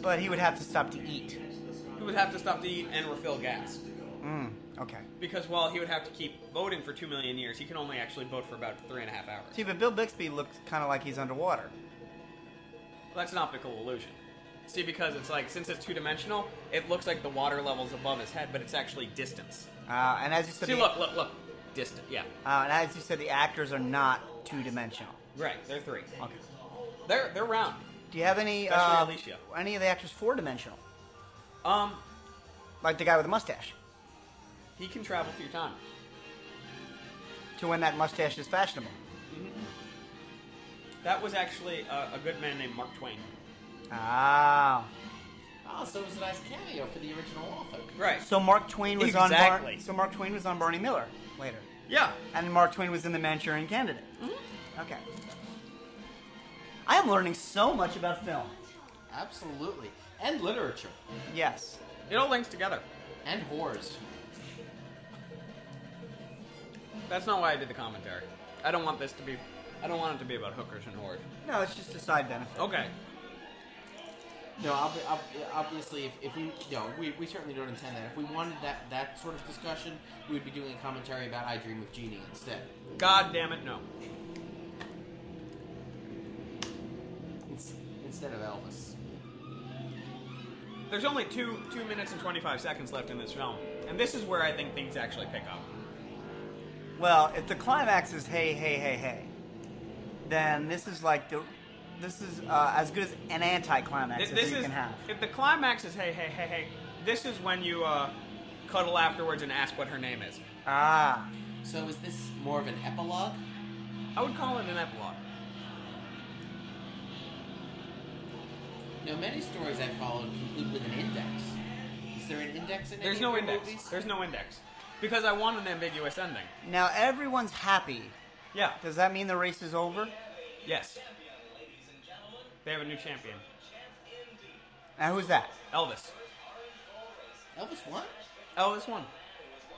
S1: But he would have to stop to eat.
S2: He would have to stop to eat and refill gas.
S1: Mm, okay.
S2: Because while he would have to keep boating for two million years, he can only actually boat for about three and a half hours.
S1: See, but Bill Bixby looks kind of like he's underwater.
S2: That's an optical illusion. See, because it's like, since it's two dimensional, it looks like the water level's above his head, but it's actually distance.
S1: Uh, and as you said,
S2: See,
S1: the,
S2: look, look, look. Distance, yeah.
S1: Uh, and as you said, the actors are not two-dimensional.
S2: Right, they're three.
S1: Okay.
S2: They're, they're round.
S1: Do you have any
S2: Especially
S1: uh,
S2: Alicia.
S1: any of the actors four-dimensional?
S2: Um,
S1: Like the guy with the mustache.
S2: he can travel through time.
S1: To when that mustache is fashionable.
S2: That was actually a, a good man named Mark Twain.
S1: Ah.
S3: Oh, so it was a nice cameo for the original author.
S2: Right.
S1: So Mark Twain was on
S2: Exactly.
S1: Bar- So Mark Twain was on Barney Miller later.
S2: Yeah.
S1: And Mark Twain was in The Manchurian Candidate.
S2: Mm-hmm.
S1: Okay. I am learning so much about film.
S3: Absolutely. And literature.
S1: Yes.
S2: It all links together.
S3: And whores.
S2: That's not why I did the commentary. I don't want this to be. I don't want it to be about hookers and whores.
S1: No, it's just a side benefit.
S2: Okay.
S3: No, ob- ob- obviously, if, if we no, we, we certainly don't intend that. If we wanted that that sort of discussion, we would be doing a commentary about I Dream of Jeannie instead.
S2: God damn it, no.
S3: Ins- instead of Elvis.
S2: There's only two two minutes and 25 seconds left in this film, and this is where I think things actually pick up.
S1: Well, if the climax is hey, hey, hey, hey, then this is like the. This is uh, as good as an anti-climax
S2: This,
S1: as
S2: this
S1: you
S2: is
S1: can have.
S2: if the climax is hey hey hey hey. This is when you uh, cuddle afterwards and ask what her name is.
S1: Ah.
S3: So is this more of an epilogue?
S2: I would call it an epilogue.
S3: Now, many stories I've followed conclude with an index. Is there an index in any
S2: There's
S3: of
S2: no
S3: your
S2: index.
S3: movies?
S2: There's no index because I want an ambiguous ending.
S1: Now everyone's happy.
S2: Yeah.
S1: Does that mean the race is over?
S2: Yes. They have a new champion,
S1: Now who's that?
S2: Elvis.
S3: Elvis won.
S2: Elvis won.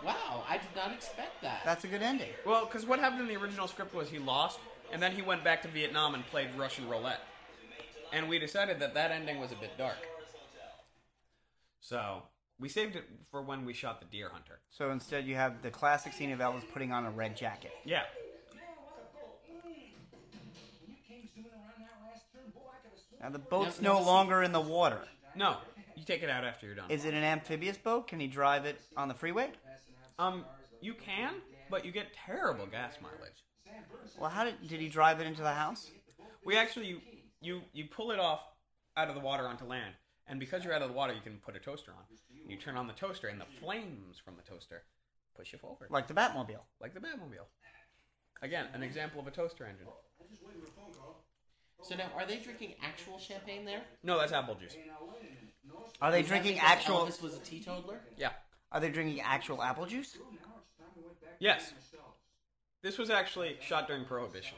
S3: Wow, I did not expect that.
S1: That's a good ending.
S2: Well, because what happened in the original script was he lost, and then he went back to Vietnam and played Russian roulette. And we decided that that ending was a bit dark. So we saved it for when we shot the Deer Hunter.
S1: So instead, you have the classic scene of Elvis putting on a red jacket.
S2: Yeah.
S1: Now the boat's
S3: Now- now
S1: no
S3: see-
S1: longer in the water.
S2: No, you take it out after you're done.
S1: Is it an amphibious boat? Can he drive it on the freeway?
S2: um, you can, but you get terrible gas mileage.
S1: Well, how did did he drive it into the house?
S2: We actually you you pull it off out of the water onto land, and because you're out of the water, you can put a toaster on. And you turn on the toaster, and the flames from the toaster push you forward,
S1: like the Batmobile.
S2: like the Batmobile. Again, an example of a toaster engine.
S3: So now, are they drinking actual champagne there?
S2: No, that's apple juice.
S1: Are they
S3: Is that
S1: drinking
S3: because
S1: actual?
S3: Elvis was a teetotaler.
S2: Yeah.
S1: Are they drinking actual apple juice?
S2: Yes. This was actually shot during Prohibition.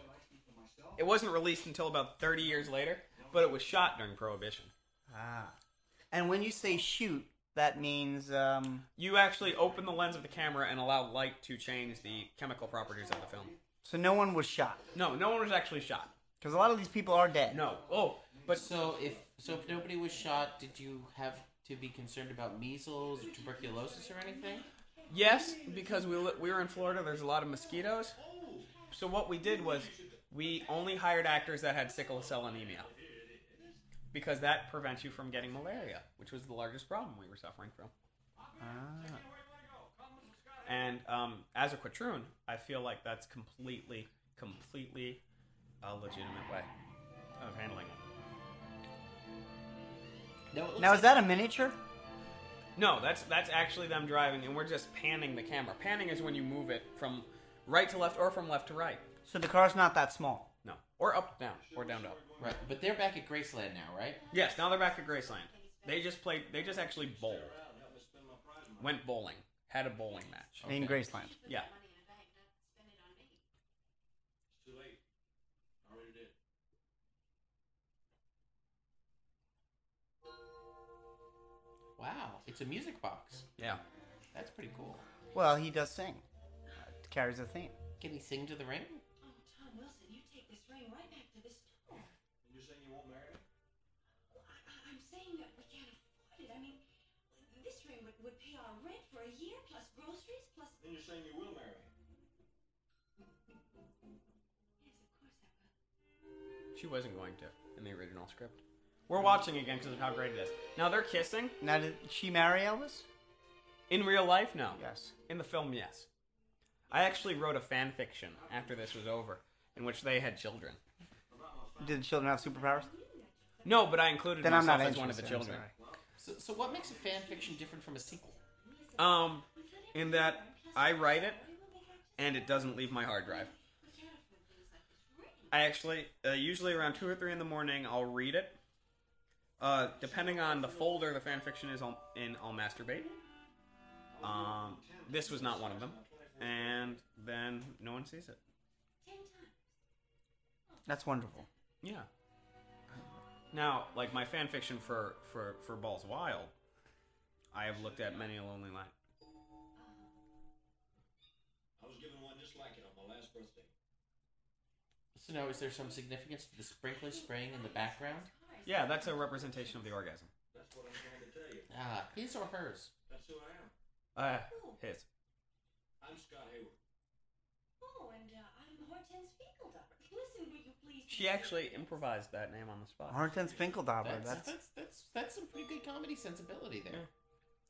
S2: It wasn't released until about 30 years later, but it was shot during Prohibition.
S1: Ah. And when you say shoot, that means um,
S2: You actually open the lens of the camera and allow light to change the chemical properties of the film.
S1: so no one was shot
S2: No, no one was actually shot.
S1: because a lot of these people are dead.
S2: No. Oh,
S3: But
S2: but
S3: so if so, if nobody was shot, did you have to be concerned about measles or tuberculosis or anything?
S2: yes, because we, li- we were in Florida, there's a lot of mosquitoes. So what we did was we only hired actors that had sickle cell anemia because that prevents you from getting malaria, which was the largest problem we were suffering from.
S1: Ah.
S2: And um, as a quatroon, I feel like that's completely, completely a legitimate way of handling it.
S3: No. it looks
S1: Now
S3: like-
S1: is that a miniature?
S2: No, that's that's actually them driving, and we're just panning the camera. Panning is when you move it from right to left or from left to right.
S1: So the car's not that small.
S2: No, or up down or down to up.
S3: right? But they're back at Graceland now, right?
S2: Yes, now they're back at Graceland. They just played. They just actually bowled. Went bowling. Had a bowling match.
S1: in
S3: Okay.
S1: Graceland.
S2: Yeah.
S8: Too late. Already did.
S3: Wow, it's a music box.
S2: Yeah.
S3: That's pretty cool.
S1: Well, he does sing. It carries a theme.
S3: Can he sing to the ring?
S6: Oh, Tom Wilson, you take this ring right back to this store.
S8: And you're saying you won't marry me?
S6: I, I- I'm saying that we can't afford it. I mean, this ring would, would pay our rent for a year, plus groceries, plus.
S8: Then you're saying you will marry me.
S6: Yes, of course I will.
S2: She wasn't going to in the original script. We're watching again because of how great it is. Now they're kissing.
S1: Now did she marry Elvis?
S2: In real life, no.
S1: Yes.
S2: In the film, yes. I actually wrote a fan fiction after this was over in which they had children.
S1: Did the children have superpowers?
S2: No, but I included
S1: Then I'm
S2: myself
S1: not
S2: as
S1: interested.
S2: one of the
S1: I'm
S2: children.
S1: sorry.
S3: So, so what makes a fan fiction different from a sequel?
S2: Um, in that I write it and it doesn't leave my hard drive. I actually uh, usually around two or three in the morning I'll read it. Uh, depending on the folder the fan fiction is on, in, I'll masturbate. Um, this was not one of them, and then no one sees it.
S6: Ten times.
S1: That's wonderful.
S2: Yeah. Now, like my fan fiction for for for Balls Wild, I have looked at many a lonely night.
S8: I was given one just like it on my last birthday.
S3: So now, is there some significance to the sprinkler spraying in the background?
S2: Yeah, that's a representation of the orgasm.
S8: That's what I'm trying to tell you.
S3: Ah, his or hers?
S8: That's who I am.
S2: Uh, his.
S8: I'm Scott Hayward.
S6: Oh, and uh, I'm Hortense Finkeldar. Listen, will you please?
S2: She actually improvised that name on the spot.
S1: Hortense Finkeldabra. That
S3: That's that's that's that's some pretty good comedy sensibility there.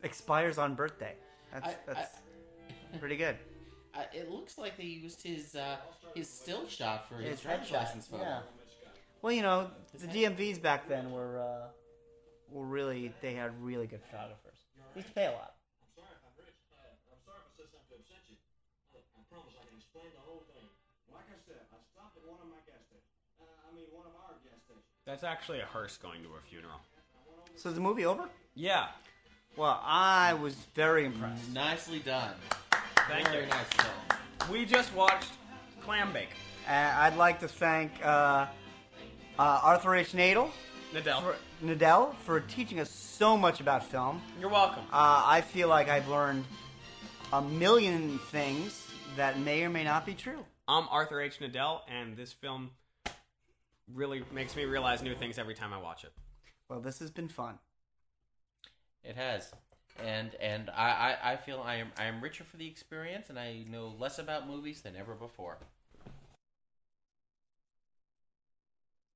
S1: expires on birthday. That's
S3: I-
S1: that's
S3: I-
S1: pretty good.
S3: Uh, it looks like they used his uh, his still shot for his
S1: His
S3: driver's
S1: headshot,
S3: license photo.
S1: yeah. Well, you know,
S3: His
S1: the
S3: head.
S1: DMVs back then were uh, were really they had really good photographers. They used to pay a lot.
S8: I'm sorry if I'm rich. Uh, I'm sorry if I said something to upset you. Look, I promise I can explain the whole thing. Like I said, I stopped at one of my gas stations. Uh, I mean, one of our gas stations.
S2: That's actually a hearse going to a funeral.
S1: So is the movie over?
S2: Yeah.
S1: Well, I was very impressed.
S3: Nicely done.
S2: Thank
S3: Very
S2: you.
S3: nice film.
S2: We just watched Clam Bake.
S1: And I'd like to thank uh, uh, Arthur H. Nadel
S2: Nadell.
S1: for, Nadel for teaching us so much about film.
S2: You're welcome.
S1: Uh, I feel like I've learned a million things that may or may not be true.
S2: I'm Arthur H. Nadell, and this film really makes me realize new things every time I watch it.
S1: Well, this has been fun.
S3: It has. And and I, I, I feel I am I am richer for the experience and I know less about movies than ever before.